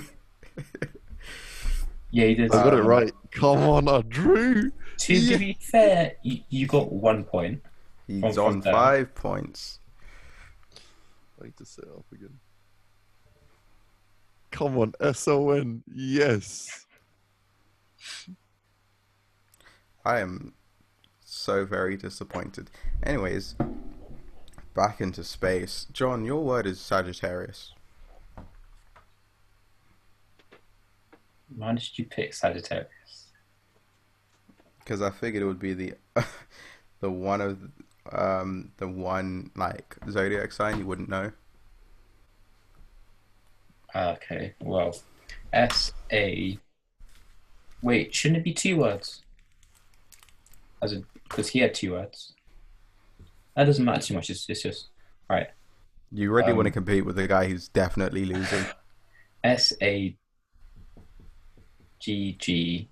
Speaker 1: yeah, you did. Um,
Speaker 3: I got it right. Come on, I drew.
Speaker 1: To be fair, you, you got one point.
Speaker 4: He's
Speaker 1: From-
Speaker 4: on
Speaker 1: from there.
Speaker 4: five points.
Speaker 3: I need to set up again. Come on, S O N. Yes.
Speaker 4: I am so very disappointed. Anyways, back into space. John, your word is Sagittarius.
Speaker 1: Why did you pick Sagittarius?
Speaker 4: because I figured it would be the the one of um the one like zodiac sign you wouldn't know.
Speaker 1: Uh, Okay, well, S A. Wait, shouldn't it be two words? As in, because he had two words. That doesn't matter too much. It's, it's just right.
Speaker 4: You really
Speaker 1: Um,
Speaker 4: want to compete with the guy who's definitely losing.
Speaker 1: S A G G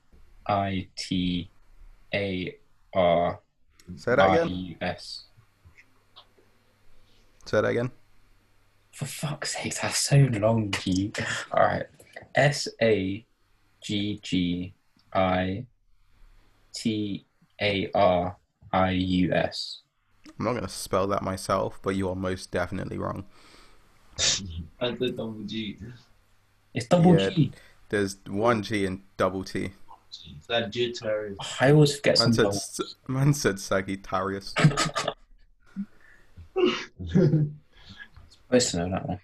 Speaker 1: I T A R
Speaker 4: Say that
Speaker 1: I
Speaker 4: again.
Speaker 1: U S.
Speaker 4: Say that again.
Speaker 1: For fuck's sake, that's so long, G. Alright. S A G G I T A R I U S.
Speaker 4: I'm not gonna spell that myself, but you are most definitely wrong.
Speaker 5: I did double G.
Speaker 1: It's double
Speaker 4: Yeah.
Speaker 1: G.
Speaker 4: There's one G and double T.
Speaker 5: Sagittarius.
Speaker 1: I always forget some
Speaker 4: Man said,
Speaker 1: double.
Speaker 4: s- man said Sagittarius.
Speaker 1: Supposed to know that one.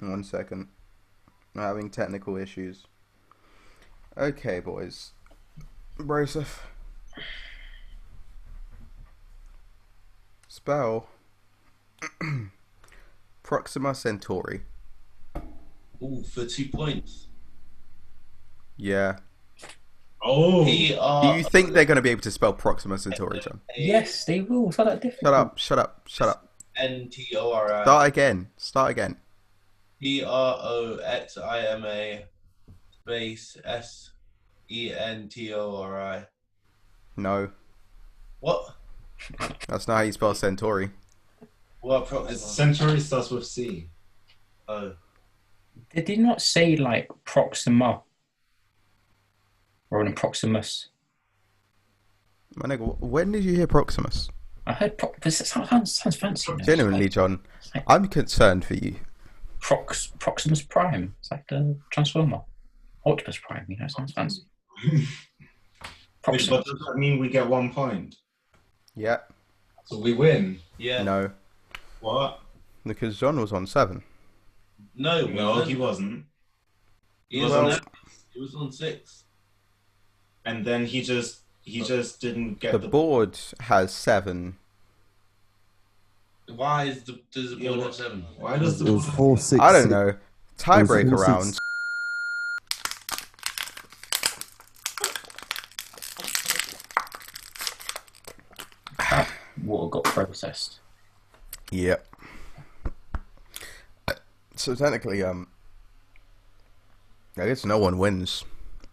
Speaker 4: One second. I'm having technical issues. Okay, boys. Broseph. Spell. Proxima Centauri.
Speaker 5: Ooh, for two points.
Speaker 4: Yeah.
Speaker 2: Oh,
Speaker 5: P
Speaker 4: Do
Speaker 5: R
Speaker 4: you think they're going to be able to spell Proxima Centauri, John?
Speaker 1: Yes, they will. It's not that different.
Speaker 4: Shut up, shut up, shut up.
Speaker 5: N T O R I
Speaker 4: Start again. Start again.
Speaker 5: P R O X I M A space S E N T O R I.
Speaker 4: No,
Speaker 5: What?
Speaker 4: that's not how you spell Centauri.
Speaker 5: What? Pro-
Speaker 2: It's Centauri starts with C.
Speaker 5: oh,
Speaker 1: Did he not say like Proxima or an Proximus?
Speaker 4: My nigga, wh- when did you hear Proximus?
Speaker 1: I heard Prox. This sounds, sounds, sounds fancy. you know?
Speaker 4: Genuinely, John, I'm concerned for you.
Speaker 1: Prox Proximus Prime. It's like the Transformer. Optimus Prime. You know, it sounds fancy.
Speaker 2: Which,
Speaker 1: Proximus.
Speaker 2: but does that mean we get one point?
Speaker 4: Yeah.
Speaker 7: So we win.
Speaker 5: yeah. No,
Speaker 4: No,
Speaker 2: What?
Speaker 4: because John was on seven.
Speaker 5: no,
Speaker 2: No, he
Speaker 5: he,
Speaker 2: wasn't.
Speaker 5: he was
Speaker 4: well-
Speaker 5: on. that- He was on six.
Speaker 2: And then he just he just didn't get
Speaker 4: The
Speaker 2: the,
Speaker 4: board has seven.
Speaker 5: Why is the does the
Speaker 7: Yeah,
Speaker 5: board
Speaker 7: what-
Speaker 5: have seven?
Speaker 2: Why does
Speaker 3: It
Speaker 2: the
Speaker 3: was four six.
Speaker 4: I don't know. Tiebreaker
Speaker 3: Those are
Speaker 4: round.
Speaker 1: Water got processed.
Speaker 4: Yep. So technically, um, I guess no one wins.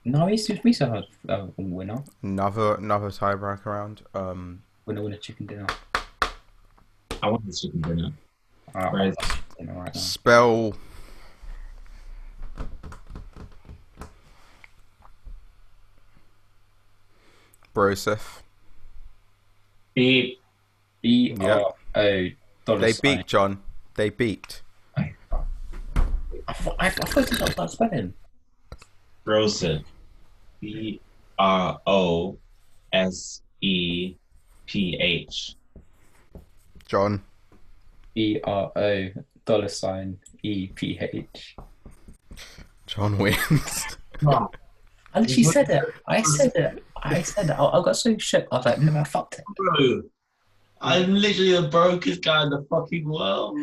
Speaker 1: No, he's just me. So uh, winner,
Speaker 4: Another another tiebreaker round. Um,
Speaker 1: winner, winner, chicken dinner.
Speaker 2: I want this chicken dinner.
Speaker 1: Uh,
Speaker 2: Right.
Speaker 1: dinner right now.
Speaker 4: spell. Broseph.
Speaker 2: Beep.
Speaker 1: B
Speaker 4: Yeah.
Speaker 1: R O dollar
Speaker 4: They
Speaker 1: sign.
Speaker 4: beat John. They beat.
Speaker 1: I, I, thought- I, I thought it was about spelling.
Speaker 2: Broseph. B R O S E P H.
Speaker 4: John.
Speaker 1: B R O dollar sign E P H.
Speaker 4: John wins.
Speaker 1: And she said it. I said it. I said it. I, I got so shook. I was like, no, I fucked it.
Speaker 5: Bro, I'm literally the brokest guy in the fucking world.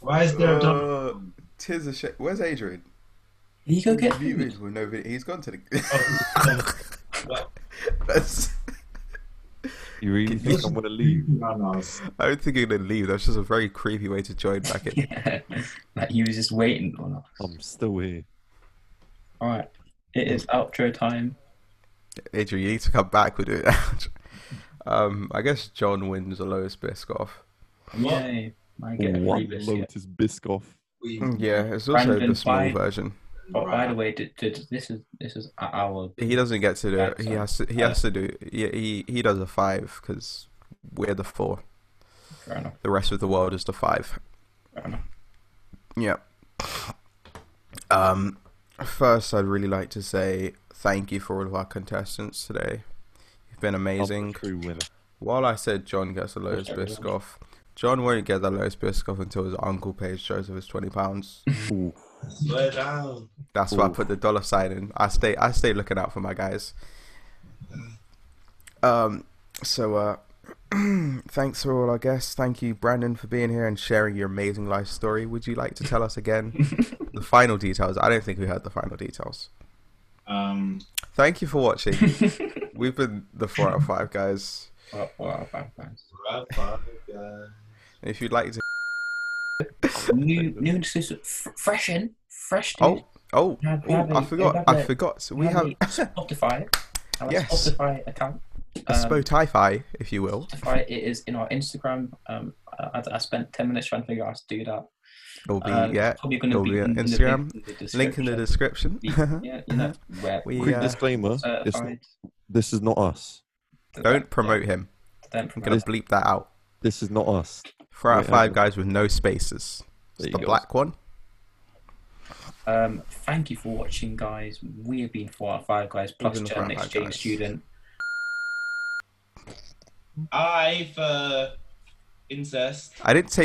Speaker 2: Why is there a double?
Speaker 4: Uh, tis a shame. Where's Adrian?
Speaker 1: Did you go get food?
Speaker 4: Muted with no video. He's gone to the.
Speaker 2: Oh,
Speaker 4: That's-
Speaker 3: You really think I'm gonna leave?
Speaker 2: no, no.
Speaker 4: I don't think you're gonna leave. That's just a very creepy way to join back in.
Speaker 1: Yeah. like he was just waiting on us.
Speaker 3: I'm still here.
Speaker 1: All right. It is outro time.
Speaker 4: Adrian, you need to come back. We'll do it. um, I guess John wins the lowest Biscoff.
Speaker 1: Yay. I get a free
Speaker 3: One
Speaker 1: biscuit.
Speaker 3: Lotus Biscoff.
Speaker 5: We
Speaker 4: Yeah, it's also
Speaker 1: Brandon,
Speaker 4: the small
Speaker 1: bye.
Speaker 4: version.
Speaker 1: Oh, by the way, did, did, this is this is our
Speaker 4: He doesn't get to do it. He
Speaker 1: Yeah,
Speaker 4: has to. He has to do. Yeah, he he does a five because we're the four.
Speaker 1: fair enough.
Speaker 4: The rest of the world is the five.
Speaker 1: Fair enough.
Speaker 4: Yeah. Um, first, I'd really like to say thank you for all of our contestants today. You've been
Speaker 3: I'm the
Speaker 4: amazing.
Speaker 3: true winner.
Speaker 4: While I said John gets the lowest
Speaker 1: Okay,
Speaker 4: Biscoff, John won't get the lowest Biscoff until his uncle pays Joseph his twenty pounds.
Speaker 3: Ooh,
Speaker 5: swear down.
Speaker 4: That's why I
Speaker 3: Ooh.
Speaker 4: put the dollar sign in. I stay I stay looking out for my guys. Um so uh thanks for all our guests. Thank you, Brandon, for being here and sharing your amazing life story. Would you like to tell us again the final details? I don't think we heard the final details.
Speaker 2: Um,
Speaker 4: Thank you for watching. We've been the four out of five guys.
Speaker 1: Well, well, well, well.
Speaker 5: Right, fuck, guy.
Speaker 4: If you'd like to
Speaker 1: New new exclusive, f- fresh in, fresh. Dude.
Speaker 4: Oh oh,
Speaker 1: Yeah,
Speaker 4: oh,
Speaker 1: yeah,
Speaker 4: I
Speaker 1: they-
Speaker 4: forgot.
Speaker 1: they have
Speaker 4: I
Speaker 1: that-
Speaker 4: forgot. So we
Speaker 1: We
Speaker 4: have
Speaker 1: have Spotify. Our
Speaker 4: Yes.
Speaker 1: Spotify account.
Speaker 4: a
Speaker 1: Um,
Speaker 4: Spotify, if you will.
Speaker 1: Spotify. It is in our Instagram. Um, I, I spent ten minutes trying to figure out how to do that.
Speaker 4: It'll be
Speaker 1: Uh,
Speaker 4: yeah.
Speaker 1: it's probably going to
Speaker 4: it'll
Speaker 1: be
Speaker 4: be
Speaker 1: in,
Speaker 4: on
Speaker 1: in the
Speaker 4: Instagram.
Speaker 1: link in the
Speaker 4: Link in the
Speaker 1: description.
Speaker 4: description.
Speaker 1: yeah, you know where
Speaker 4: We,
Speaker 3: Quick
Speaker 4: uh,
Speaker 3: disclaimer: it's,
Speaker 1: certified.
Speaker 3: this is not us.
Speaker 4: Don't promote him.
Speaker 1: Don't
Speaker 4: I'm gonna
Speaker 1: promote.
Speaker 4: bleep that out.
Speaker 3: This is not us.
Speaker 4: Four out of
Speaker 3: Yeah.
Speaker 4: five guys with no spaces.
Speaker 3: There
Speaker 4: It's
Speaker 3: you
Speaker 4: the
Speaker 3: go.
Speaker 4: black one.
Speaker 1: Um, thank you for watching, guys. We have been four out of five guys plus
Speaker 4: been Four
Speaker 1: German
Speaker 4: Out of Five
Speaker 1: exchange
Speaker 4: Guys.
Speaker 1: student.
Speaker 5: I for incest.
Speaker 4: I didn't say